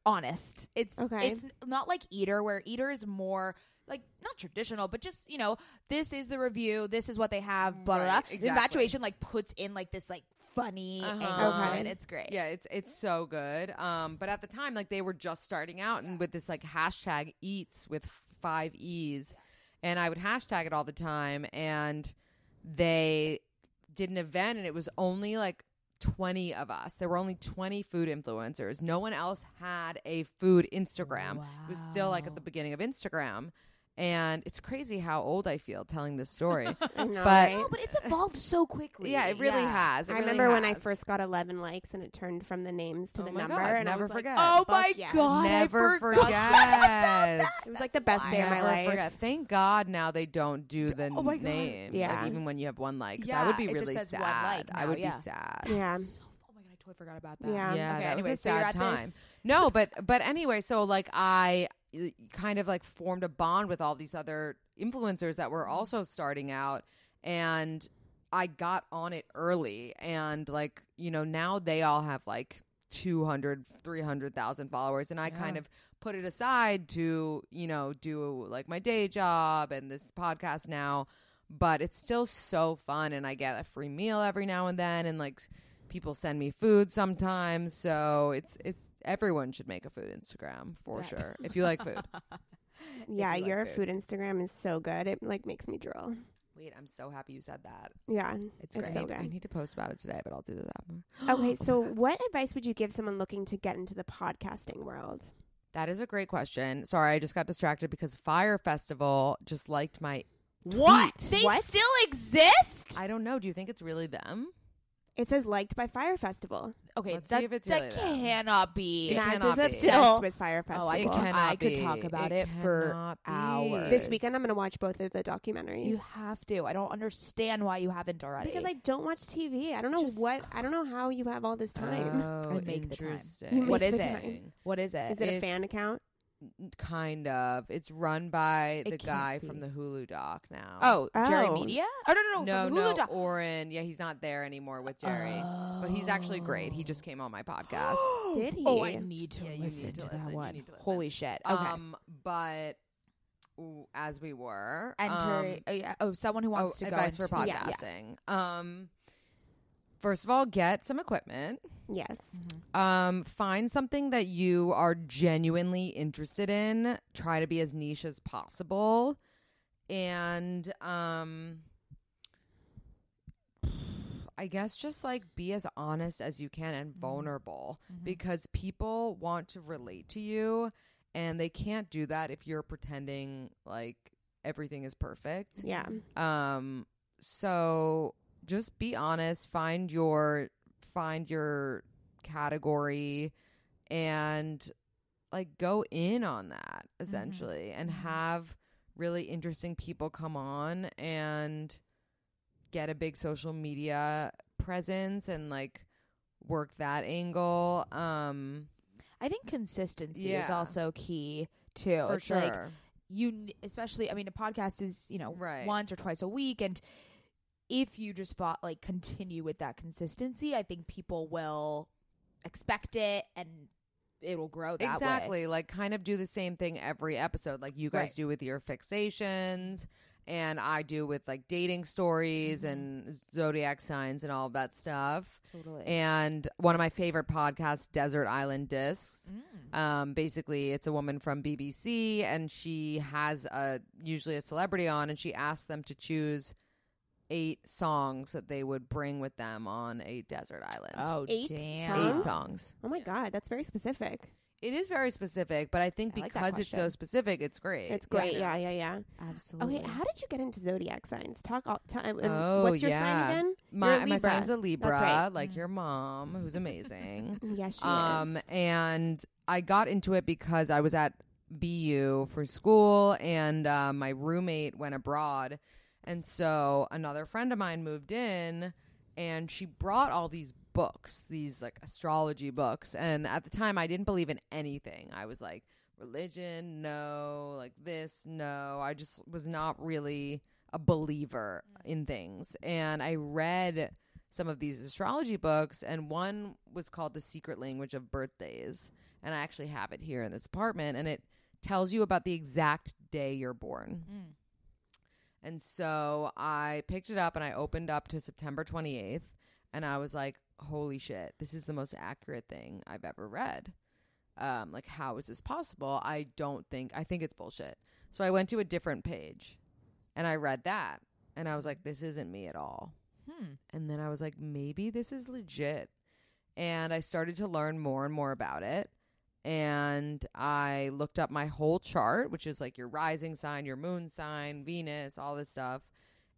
[SPEAKER 3] honest. It's
[SPEAKER 2] Okay.
[SPEAKER 3] it's n- not like Eater where Eater is more like not traditional, but just you know this is the review. This is what they have. Blah blah.
[SPEAKER 4] Mm, Right,
[SPEAKER 3] blah.
[SPEAKER 4] exactly.
[SPEAKER 3] Infatuation like puts in like this like funny
[SPEAKER 4] Uh-huh.
[SPEAKER 3] angle
[SPEAKER 2] Okay.
[SPEAKER 3] to it. It's great.
[SPEAKER 4] Yeah, it's it's so good. Um, but at the time, like they were just starting out, and with this like hashtag eats with five e's, and I would hashtag it all the time. And they did an event, and it was only like twenty of us. There were only twenty food influencers. No one else had a food Instagram. It was still like at the
[SPEAKER 3] Wow.
[SPEAKER 4] beginning of Instagram, and it's crazy how old I feel telling this story.
[SPEAKER 2] I know,
[SPEAKER 4] But-
[SPEAKER 2] right?
[SPEAKER 3] No, but it's evolved so quickly.
[SPEAKER 4] yeah, it really has. It
[SPEAKER 2] I
[SPEAKER 4] really
[SPEAKER 2] remember when I
[SPEAKER 4] has.
[SPEAKER 2] first got 11 likes and it turned from the names to
[SPEAKER 4] Oh
[SPEAKER 2] the
[SPEAKER 4] my
[SPEAKER 2] number.
[SPEAKER 4] God,
[SPEAKER 2] and
[SPEAKER 4] never
[SPEAKER 2] I was
[SPEAKER 4] forget.
[SPEAKER 2] Like,
[SPEAKER 3] Oh
[SPEAKER 2] fuck
[SPEAKER 3] my
[SPEAKER 2] yes.
[SPEAKER 3] god!
[SPEAKER 4] Never
[SPEAKER 3] I forgot.
[SPEAKER 4] forget.
[SPEAKER 2] It was like the best day of my
[SPEAKER 4] Never
[SPEAKER 2] life.
[SPEAKER 4] forget. Thank God now they don't do the
[SPEAKER 3] oh my God.
[SPEAKER 4] name.
[SPEAKER 2] Yeah.
[SPEAKER 4] Like even when you have one like, 'cause I
[SPEAKER 3] Yeah,
[SPEAKER 4] would be
[SPEAKER 3] it just
[SPEAKER 4] really
[SPEAKER 3] says
[SPEAKER 4] sad.
[SPEAKER 3] one like
[SPEAKER 4] I
[SPEAKER 3] now,
[SPEAKER 4] would
[SPEAKER 3] yeah.
[SPEAKER 4] be sad.
[SPEAKER 2] Yeah.
[SPEAKER 3] So- oh my god! I totally forgot about that.
[SPEAKER 2] Yeah.
[SPEAKER 4] Yeah,
[SPEAKER 3] Okay,
[SPEAKER 4] that was
[SPEAKER 3] anyway,
[SPEAKER 4] a
[SPEAKER 3] so you're
[SPEAKER 4] sad
[SPEAKER 3] at
[SPEAKER 4] time.
[SPEAKER 3] this-
[SPEAKER 4] No, but but anyway, so like I uh, kind of like formed a bond with all these other influencers that
[SPEAKER 3] Mm-hmm.
[SPEAKER 4] were also starting out and I got on it early and like, you know, now they all have like 200 300,000 followers and I kind of put it aside to, you know, do like my day job and this podcast now, but it's still so fun and I get a free meal every now and then and like people send me food sometimes so it's it's everyone should make a food instagram for
[SPEAKER 3] That-
[SPEAKER 4] sure if you like food
[SPEAKER 2] Yeah,
[SPEAKER 4] you like
[SPEAKER 2] your food
[SPEAKER 4] food.
[SPEAKER 2] Instagram is so good. It like makes me drool.
[SPEAKER 4] wait i'm so happy you said that
[SPEAKER 2] Yeah. It's
[SPEAKER 4] it's great
[SPEAKER 2] so good.
[SPEAKER 4] i need to post about it today but i'll do that
[SPEAKER 2] Okay, so what advice would you give someone looking to get into the podcasting world?
[SPEAKER 4] that is a great question sorry i just got distracted because fire festival just liked my
[SPEAKER 3] What?
[SPEAKER 4] tweet.
[SPEAKER 3] They
[SPEAKER 2] What?
[SPEAKER 3] still exist?
[SPEAKER 4] i don't know do you think it's really them
[SPEAKER 2] It says liked by Fire Festival.
[SPEAKER 3] Okay,
[SPEAKER 4] Let's see
[SPEAKER 3] that,
[SPEAKER 4] if it's
[SPEAKER 3] that
[SPEAKER 4] really them.
[SPEAKER 3] cannot be.
[SPEAKER 4] It
[SPEAKER 2] Matt
[SPEAKER 4] cannot
[SPEAKER 2] is
[SPEAKER 4] be.
[SPEAKER 2] obsessed
[SPEAKER 3] Still-
[SPEAKER 2] with Fire Festival.
[SPEAKER 3] Oh, I
[SPEAKER 4] it
[SPEAKER 3] could-
[SPEAKER 4] cannot
[SPEAKER 3] I could
[SPEAKER 4] be.
[SPEAKER 3] talk about it for
[SPEAKER 4] cannot be.
[SPEAKER 3] hours.
[SPEAKER 2] this weekend I'm going to watch both of the documentaries.
[SPEAKER 3] You have to. I don't understand why you haven't already.
[SPEAKER 2] because I don't watch TV. I don't know
[SPEAKER 3] Just-
[SPEAKER 2] what I don't know how you have all this time.
[SPEAKER 4] Oh,
[SPEAKER 3] I make the time.
[SPEAKER 4] interesting.
[SPEAKER 2] You make
[SPEAKER 3] What
[SPEAKER 2] the
[SPEAKER 3] is it?
[SPEAKER 2] time.
[SPEAKER 3] What is it?
[SPEAKER 2] is it a
[SPEAKER 4] it's-
[SPEAKER 2] fan account?
[SPEAKER 4] Kind of. It's run by
[SPEAKER 3] It
[SPEAKER 4] the
[SPEAKER 3] can't
[SPEAKER 4] guy from
[SPEAKER 3] be.
[SPEAKER 4] the Hulu doc now.
[SPEAKER 3] oh, Jerry
[SPEAKER 2] Oh.
[SPEAKER 3] Media? Oh no, no,
[SPEAKER 4] no,
[SPEAKER 3] no, from
[SPEAKER 4] no,
[SPEAKER 3] Hulu Doc-
[SPEAKER 4] Oren. Yeah, he's not there anymore with Jerry, but he's actually great. He just came on my podcast.
[SPEAKER 2] Did
[SPEAKER 3] Oh, I
[SPEAKER 2] he?
[SPEAKER 3] need to
[SPEAKER 4] Yeah, you need
[SPEAKER 3] listen
[SPEAKER 4] to
[SPEAKER 3] to,
[SPEAKER 4] listen.
[SPEAKER 3] that
[SPEAKER 4] You
[SPEAKER 3] one.
[SPEAKER 4] need to listen.
[SPEAKER 3] Holy shit! Okay.
[SPEAKER 4] Um, but ooh, as we were,
[SPEAKER 3] Enter.
[SPEAKER 4] um,
[SPEAKER 3] oh, yeah. oh, someone who
[SPEAKER 4] oh,
[SPEAKER 3] wants to go
[SPEAKER 4] advice for
[SPEAKER 3] into-
[SPEAKER 2] Yes.
[SPEAKER 4] podcasting. Um, first of all, get some equipment.
[SPEAKER 2] Yes.
[SPEAKER 4] Um, find something that you are genuinely interested in. Try to be as niche as possible. And um I guess just like be as honest as you can and vulnerable because people want to relate to you and they can't do that if you're pretending like everything is perfect.
[SPEAKER 2] Yeah.
[SPEAKER 4] Um so just be honest, find your find your category and like go in on that essentially and have really interesting people come on and get a big social media presence and like work that angle um
[SPEAKER 3] I think consistency is
[SPEAKER 4] Yeah.
[SPEAKER 3] also key too.
[SPEAKER 4] for
[SPEAKER 3] it's
[SPEAKER 4] sure
[SPEAKER 3] like you n- especially i mean a podcast is you know
[SPEAKER 4] Right.
[SPEAKER 3] once or twice a week and if you just fought, like continue with that consistency i think people will expect it and it'll grow that way.
[SPEAKER 4] exactly like kind of do the same thing every episode like you guys
[SPEAKER 3] Right.
[SPEAKER 4] do with your fixations and i do with like dating
[SPEAKER 3] Mm-hmm.
[SPEAKER 4] stories and zodiac signs and all of that stuff
[SPEAKER 3] Totally.
[SPEAKER 4] and one of my favorite podcasts desert island discs
[SPEAKER 3] Mm.
[SPEAKER 4] um, basically it's a woman from bbc and she has a usually a celebrity on and she asks them to choose eight songs that they would bring with them on a desert island
[SPEAKER 3] Oh,
[SPEAKER 2] Eight
[SPEAKER 3] damn.
[SPEAKER 4] eight
[SPEAKER 2] songs?
[SPEAKER 4] songs
[SPEAKER 2] Oh my God, that's very specific.
[SPEAKER 4] it is very specific, but I think
[SPEAKER 3] I like that
[SPEAKER 4] because it's so
[SPEAKER 3] question.
[SPEAKER 4] specific, it's great.
[SPEAKER 2] It's great. Yeah, yeah, yeah.
[SPEAKER 3] Absolutely.
[SPEAKER 2] Okay, how did you get into zodiac signs? Talk all time.
[SPEAKER 4] Oh,
[SPEAKER 2] what's your
[SPEAKER 4] yeah.
[SPEAKER 2] sign again?
[SPEAKER 4] My
[SPEAKER 2] You're a
[SPEAKER 4] my
[SPEAKER 2] Libra.
[SPEAKER 4] son's a Libra,
[SPEAKER 2] right. Mm-hmm.
[SPEAKER 4] like your mom, who's amazing.
[SPEAKER 2] Yes, she
[SPEAKER 4] um,
[SPEAKER 2] is.
[SPEAKER 4] and I got into it because I was at BU for school, and uh, my roommate went abroad, and so another friend of mine moved in, and she brought all these books, these like astrology books, and at the time I didn't believe in anything. I was like. religion, no, like this, no. I just was not really a believer in things. And I read some of these astrology books, and one was called The Secret Language of Birthdays. And I actually have it here in this apartment, and it tells you about the exact day you're born.
[SPEAKER 3] Mm.
[SPEAKER 4] And so I picked it up and I opened up to September 28th, and I was like, holy shit, this is the most accurate thing I've ever read um, like how is this possible? I don't think I think it's bullshit. So I went to a different page and I read that and I was like, this isn't me at all.
[SPEAKER 3] Hmm.
[SPEAKER 4] And then I was like, maybe this is legit. And I started to learn more and more about it. And I looked up my whole chart, which is like your rising sign, your moon sign, Venus, all this stuff.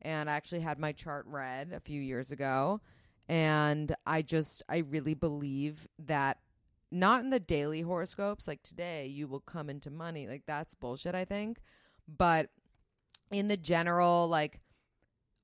[SPEAKER 4] And I actually had my chart read a few years ago. And I just, I really believe that not in the daily horoscopes, like today, you will come into money. Like that's bullshit, I think. But in the general, like,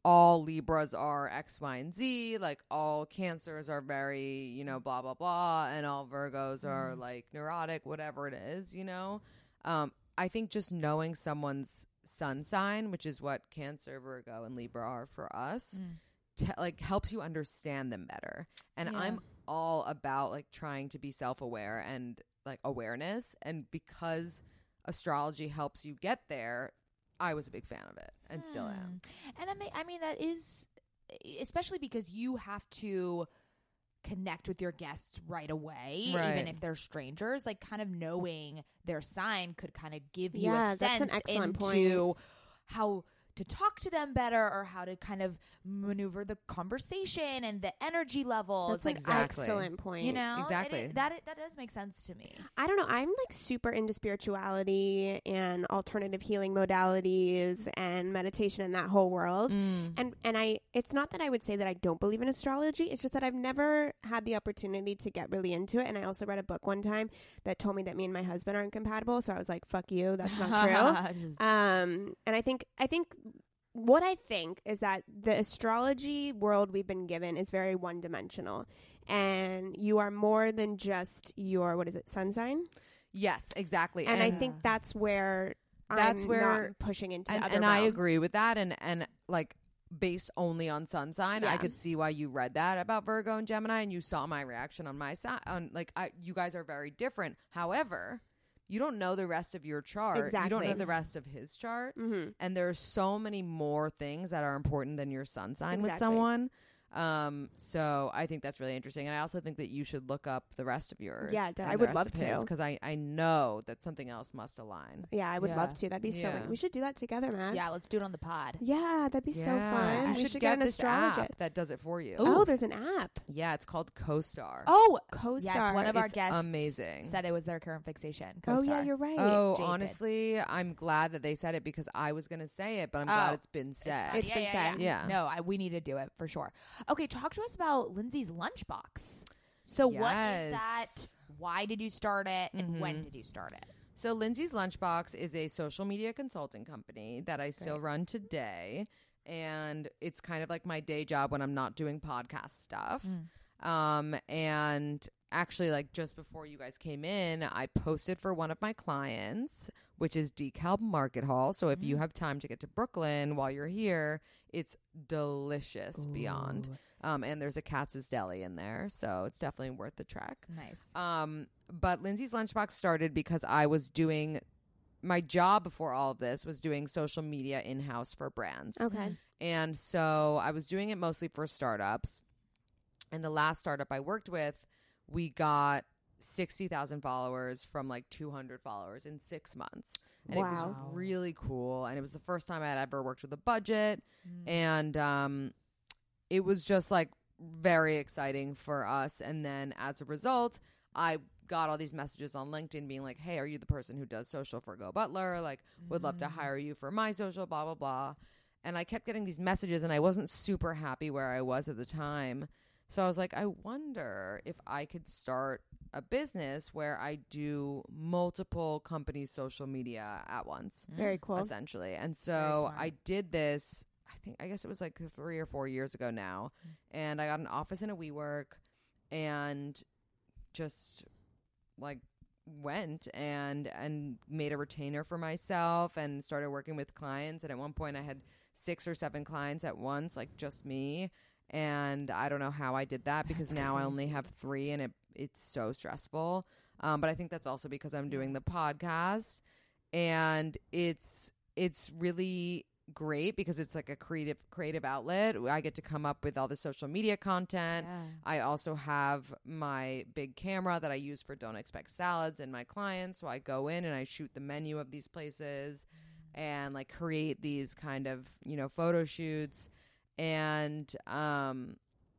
[SPEAKER 4] all Libras are X, Y, and Z. Like all Cancers are very, you know, blah, blah, blah. And all Virgos are like neurotic, whatever it is, you know? Um, I think just knowing someone's sun sign, which is what Cancer, Virgo, and Libra are for us,
[SPEAKER 3] Mm.
[SPEAKER 4] te- like helps you understand them better. And
[SPEAKER 3] Yeah.
[SPEAKER 4] I'm all about like trying to be self aware and like awareness. And because astrology helps you get there, I was a big fan of it and still am.
[SPEAKER 3] Hmm. And that may, I mean, that is especially because you have to connect with your guests right away,
[SPEAKER 4] Right.
[SPEAKER 3] even if they're strangers. Like, kind of knowing their sign could kind of give you
[SPEAKER 2] Yeah,
[SPEAKER 3] a
[SPEAKER 2] that's an
[SPEAKER 3] sense
[SPEAKER 2] excellent point.
[SPEAKER 3] into how to talk to them better or how to kind of maneuver the conversation and the energy level.
[SPEAKER 2] That's
[SPEAKER 3] It's like,
[SPEAKER 2] an
[SPEAKER 4] Exactly.
[SPEAKER 2] excellent point.
[SPEAKER 3] you know, it-
[SPEAKER 4] Exactly.
[SPEAKER 3] it- that that does make sense to me.
[SPEAKER 2] I don't know. I'm like super into spirituality and alternative healing modalities and meditation and that whole
[SPEAKER 3] Hmm.
[SPEAKER 2] world. And and I it's not that I would say that I don't believe in astrology. It's just that I've never had the opportunity to get really into it. And I also read a book one time that told me that me and my husband aren't compatible. So I was like, fuck you, that's not true.
[SPEAKER 3] Just-
[SPEAKER 2] Um, and I think I think what I think is that the astrology world we've been given is very one dimensional, and you are more than just your what is it sun sign.
[SPEAKER 4] Yes, exactly.
[SPEAKER 2] And I
[SPEAKER 3] Yeah.
[SPEAKER 2] think that's where
[SPEAKER 4] That's
[SPEAKER 2] I'm
[SPEAKER 4] where-
[SPEAKER 2] not pushing into
[SPEAKER 4] and,
[SPEAKER 2] the other.
[SPEAKER 4] and I
[SPEAKER 2] realm.
[SPEAKER 4] agree with that. And and like based only on sun sign, I
[SPEAKER 2] Yeah.
[SPEAKER 4] could see why you read that about Virgo and Gemini, and you saw my reaction on my side. On like, I you guys are very different. However, you don't know the rest of your chart. You don't
[SPEAKER 2] Exactly.
[SPEAKER 4] know the rest of his chart.
[SPEAKER 2] Mhm.
[SPEAKER 4] And there are so many more things that are important than your sun sign with
[SPEAKER 2] Exactly.
[SPEAKER 4] someone. Um, so I think that's really interesting, and I also think that you should look up the rest of yours.
[SPEAKER 2] Yeah, de- I would love to.
[SPEAKER 4] because I I know that something else must align.
[SPEAKER 2] Yeah, I would
[SPEAKER 3] Yeah.
[SPEAKER 2] love to. That'd be so.
[SPEAKER 4] Yeah.
[SPEAKER 2] We should do that together, Matt.
[SPEAKER 3] yeah, let's do it on the pod.
[SPEAKER 2] Yeah, that'd be so fun.
[SPEAKER 4] You
[SPEAKER 2] we should, get, an
[SPEAKER 4] this app
[SPEAKER 2] astrologist.
[SPEAKER 4] that does it for you.
[SPEAKER 2] Oh, there's an app.
[SPEAKER 4] Yeah, it's called CoStar.
[SPEAKER 3] Oh,
[SPEAKER 2] CoStar.
[SPEAKER 3] yes, one of our
[SPEAKER 4] It's
[SPEAKER 3] guests
[SPEAKER 4] amazing.
[SPEAKER 3] said it was their current fixation.
[SPEAKER 2] oh yeah,
[SPEAKER 3] CoStar.
[SPEAKER 2] you're right.
[SPEAKER 4] Oh,
[SPEAKER 3] Jade did.
[SPEAKER 4] honestly, I'm glad that they said it because I was going to say it, but I'm
[SPEAKER 3] Oh.
[SPEAKER 4] glad it's been said.
[SPEAKER 3] It's
[SPEAKER 2] It's been
[SPEAKER 3] been yeah,
[SPEAKER 2] said.
[SPEAKER 3] Yeah.
[SPEAKER 4] Yeah.
[SPEAKER 3] No, I, we need to do it for sure. Okay, talk to us about Lindsay's lunchbox. So what is that?
[SPEAKER 4] Yes.
[SPEAKER 3] Why did you start it? And when
[SPEAKER 2] Mm-hmm.
[SPEAKER 4] Mhm.
[SPEAKER 3] did you start it?
[SPEAKER 4] So Lindsay's Lunchbox is a social media consulting company that I still run today. And it's kind of like my day job when I'm not doing podcast stuff. Um, and actually like just before you guys came in, I posted for one of my clients, which is Decal Market Hall. So if you have time to get to Brooklyn while you're here, it's delicious beyond. Um, and there's a Katz's Deli in there, so it's definitely worth the trek.
[SPEAKER 3] Nice.
[SPEAKER 4] Um, but Lindsay's Lunchbox started because I was doing my job before all of this was doing social media in house for brands.
[SPEAKER 2] Okay.
[SPEAKER 3] Mm-hmm.
[SPEAKER 4] And so I was doing it mostly for startups. And the last startup I worked with, we got 60,000 followers from like 200 followers in six months. And it was
[SPEAKER 2] Wow.
[SPEAKER 4] really cool. And it was the first time I had ever worked with a budget.
[SPEAKER 2] Mm,
[SPEAKER 3] Mm.
[SPEAKER 4] And um, it was just like very exciting for us. And then as a result, I got all these messages on LinkedIn being like, hey, are you the person who does social for Go Butler? Like, would love to hire you for my social, blah, blah, blah. And I kept getting these messages, and I wasn't super happy where I was at the time. So I was like, I wonder if I could start a business where I do multiple companies' social media at once
[SPEAKER 2] Very cool.
[SPEAKER 4] essentially.
[SPEAKER 3] Very
[SPEAKER 4] And so
[SPEAKER 3] smart.
[SPEAKER 4] I did this. I think I guess it was like three or four years ago now,
[SPEAKER 3] Mm-hmm.
[SPEAKER 4] and I got an office in a WeWork, and just like went and and made a retainer for myself and started working with clients. And at one point, I had six or seven clients at once, like just me. And I don't know how I did that because now I only have three, and it it's so stressful. Um, but I think that's also because I'm doing the podcast and it's it's really great because it's like a creative creative outlet. I get to come up with all the social media content. I also have my big camera that I use for Don't Expect Salads and my clients. So I go in and I shoot the menu of these places and like create these kind of, you know, photo shoots. And um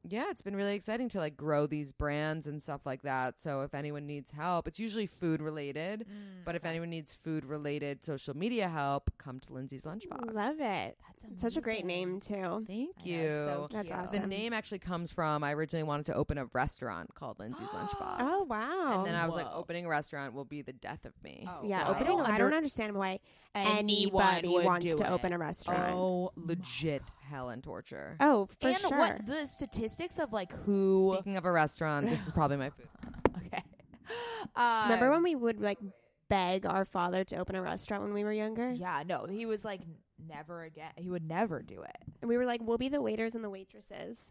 [SPEAKER 4] yeah, it's been really exciting to like grow these brands and stuff like that. So if anyone needs help, it's usually food related.
[SPEAKER 3] Mm.
[SPEAKER 4] But
[SPEAKER 3] Mm-hmm.
[SPEAKER 4] if anyone needs food related social media help, come to Lindsay's Lunchbox.
[SPEAKER 2] Love it.
[SPEAKER 3] That's
[SPEAKER 2] Such a great
[SPEAKER 3] amazing.
[SPEAKER 2] name too.
[SPEAKER 4] Thank
[SPEAKER 3] I know,
[SPEAKER 4] you.
[SPEAKER 3] it's so
[SPEAKER 2] That's
[SPEAKER 3] cute.
[SPEAKER 2] awesome.
[SPEAKER 4] The name actually comes from I originally wanted to open a restaurant called Lindsay's Lunchbox.
[SPEAKER 2] Oh wow.
[SPEAKER 4] And then I was like,
[SPEAKER 3] Whoa.
[SPEAKER 4] opening a restaurant will be the death of me.
[SPEAKER 3] Oh,
[SPEAKER 2] yeah,
[SPEAKER 3] so I
[SPEAKER 2] opening. I
[SPEAKER 3] don't
[SPEAKER 2] don't,
[SPEAKER 4] under-
[SPEAKER 2] understand why
[SPEAKER 3] Anyone
[SPEAKER 2] anybody
[SPEAKER 3] would
[SPEAKER 2] wants
[SPEAKER 3] do
[SPEAKER 2] to
[SPEAKER 3] it.
[SPEAKER 2] open a restaurant. Oh,
[SPEAKER 4] Oh, legit hell and torture.
[SPEAKER 2] for
[SPEAKER 3] Mm-hmm. and
[SPEAKER 2] sure.
[SPEAKER 3] what the statistics of like who?
[SPEAKER 4] Speaking of a restaurant, this is probably my food.
[SPEAKER 3] Okay. Uh,
[SPEAKER 2] Remember when we would like beg our father to open a restaurant when we were younger?
[SPEAKER 3] Yeah, no, he was like never again. He would never do it.
[SPEAKER 2] And we were like, we'll be the waiters and the waitresses.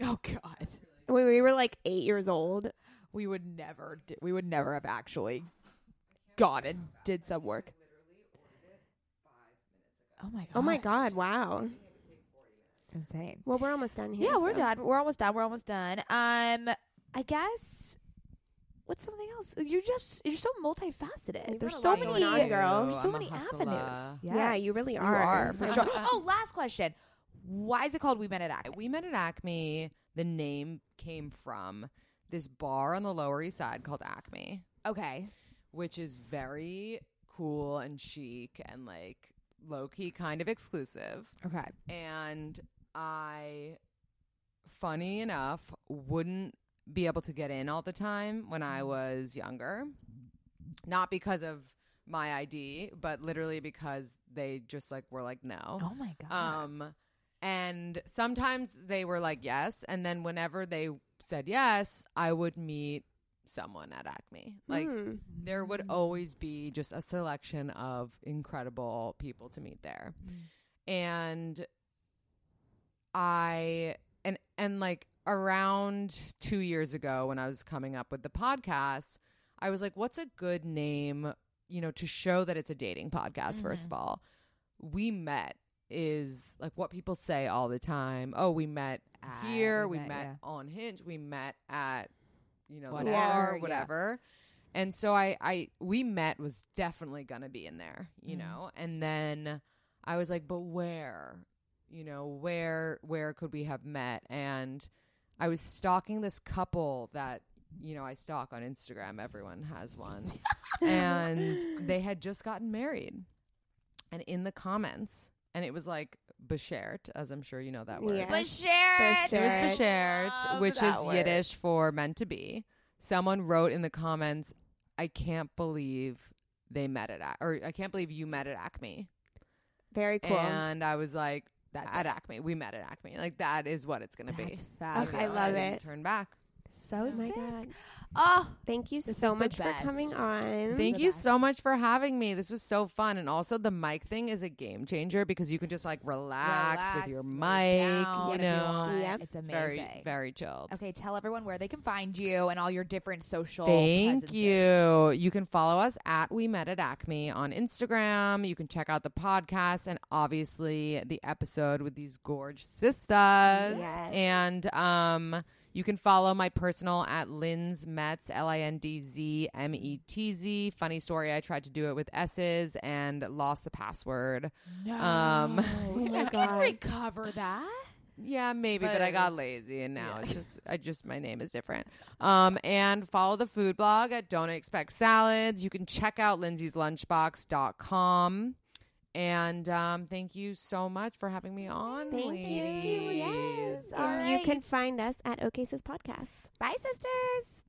[SPEAKER 3] Oh God,
[SPEAKER 2] And we, we were like eight years old.
[SPEAKER 3] we would never. Do, we would never have actually gone and did some work. Oh my god!
[SPEAKER 2] Oh my god! Wow.
[SPEAKER 3] Insane.
[SPEAKER 2] Well, we're almost done here.
[SPEAKER 3] Yeah, we're
[SPEAKER 2] so-
[SPEAKER 3] done. We're almost done. We're almost done. Um, I guess. What's something else? You're just you're so multifaceted.
[SPEAKER 2] You've
[SPEAKER 3] There's
[SPEAKER 2] got a
[SPEAKER 3] so
[SPEAKER 2] lot
[SPEAKER 3] many
[SPEAKER 2] going on, girl.
[SPEAKER 3] There's so
[SPEAKER 4] I'm a
[SPEAKER 3] many
[SPEAKER 4] hustler.
[SPEAKER 3] avenues.
[SPEAKER 2] Yeah, you
[SPEAKER 3] Yes,
[SPEAKER 2] really
[SPEAKER 3] you
[SPEAKER 2] are. Mm-hmm.
[SPEAKER 3] are for sure. oh, last question. Why is it called We Met at Acme?
[SPEAKER 4] We met at Acme. The name came from this bar on the Lower East Side called Acme,
[SPEAKER 3] Okay.
[SPEAKER 4] which is very cool and chic and like low key kind of exclusive.
[SPEAKER 3] Okay.
[SPEAKER 4] and I, funny enough, wouldn't be able to get in all the time when I was younger. Not because of my ID, but literally because they just like were like, no.
[SPEAKER 3] Oh my god.
[SPEAKER 4] Um, and sometimes they were like, yes. And then whenever they said yes, I would meet someone at Acme. Like,
[SPEAKER 2] Hmm.
[SPEAKER 4] there would always be just a selection of incredible people to meet there
[SPEAKER 3] Mm-hmm.
[SPEAKER 4] and i and and like around 2 years ago when i was coming up with the podcast i was like what's a good name you know to show that it's a dating podcast first
[SPEAKER 3] Mm-hmm.
[SPEAKER 4] of all we met is like what people say all the time oh we met
[SPEAKER 3] Ah,
[SPEAKER 4] here
[SPEAKER 3] we
[SPEAKER 4] we met,
[SPEAKER 3] met, yeah.
[SPEAKER 4] on hinge we met at you know
[SPEAKER 3] Whatever,
[SPEAKER 4] the bar
[SPEAKER 3] yeah.
[SPEAKER 4] whatever and so I, I, we met was definitely gonna be in there, you
[SPEAKER 3] Mhm.
[SPEAKER 4] know. And then I was like, but where, you know, where, where could we have met? And I was stalking this couple that, you know, I stalk on Instagram. Everyone has one, and they had just gotten married. And in the comments, and it was like beshert, as I'm sure you know that word.
[SPEAKER 2] Yeah.
[SPEAKER 3] But share
[SPEAKER 2] But
[SPEAKER 3] it.
[SPEAKER 4] It was
[SPEAKER 2] Beshert.
[SPEAKER 4] beshert,
[SPEAKER 3] Love
[SPEAKER 4] which is
[SPEAKER 3] that
[SPEAKER 4] Yiddish for meant to be. Someone wrote in the comments, "I can't believe they met at Ac- or I can't believe you met at Acme."
[SPEAKER 2] Very cool.
[SPEAKER 4] And I was like,
[SPEAKER 3] That's
[SPEAKER 4] "At
[SPEAKER 3] it.
[SPEAKER 4] Acme, we met at Acme. Like that is what it's going to be."
[SPEAKER 3] That's fabulous.
[SPEAKER 2] I love it.
[SPEAKER 4] Turn back.
[SPEAKER 3] So
[SPEAKER 2] Oh my
[SPEAKER 3] sick.
[SPEAKER 2] god!
[SPEAKER 3] Oh,
[SPEAKER 2] Thank you
[SPEAKER 3] This
[SPEAKER 2] so
[SPEAKER 3] is the
[SPEAKER 2] much for coming
[SPEAKER 3] best.
[SPEAKER 2] on.
[SPEAKER 3] Thank
[SPEAKER 4] Thank you so
[SPEAKER 3] best.
[SPEAKER 4] much for having me. This was so fun. And also the mic thing is a game changer because you can just like relax, with your
[SPEAKER 3] Relax,
[SPEAKER 4] mic,
[SPEAKER 3] lay down
[SPEAKER 4] you
[SPEAKER 3] if
[SPEAKER 4] know.
[SPEAKER 3] want.
[SPEAKER 2] Yep.
[SPEAKER 3] It's
[SPEAKER 4] It's
[SPEAKER 3] amazing.
[SPEAKER 4] very, very chilled.
[SPEAKER 3] Okay, tell everyone where they can find you and all your different social.
[SPEAKER 4] Thank
[SPEAKER 3] presences.
[SPEAKER 4] you. You can follow us at We Met at Acme on Instagram. You can check out the podcast and obviously the episode with these gorge sisters.
[SPEAKER 2] Yes.
[SPEAKER 4] And um, you can follow my personal at Lynn's Metz, L I N D Z M E T Z. Funny story, I tried to do it with S's and lost the password.
[SPEAKER 3] No.
[SPEAKER 4] Um,
[SPEAKER 2] Oh my
[SPEAKER 3] you can
[SPEAKER 2] God.
[SPEAKER 3] recover that.
[SPEAKER 4] Yeah, maybe, but,
[SPEAKER 3] But
[SPEAKER 4] I got
[SPEAKER 3] it's-
[SPEAKER 4] lazy and now
[SPEAKER 3] yeah.
[SPEAKER 4] it's just I just my name is different. Um and follow the food blog at Don't Expect Salads. You can check out Lindsay's lunchbox.com. And um thank you so much for having me on.
[SPEAKER 2] Thank you.
[SPEAKER 4] ladies.
[SPEAKER 2] Yes.
[SPEAKER 3] All
[SPEAKER 2] And you
[SPEAKER 3] right.
[SPEAKER 2] can find us at OKSIS Podcast.
[SPEAKER 3] Bye, sisters.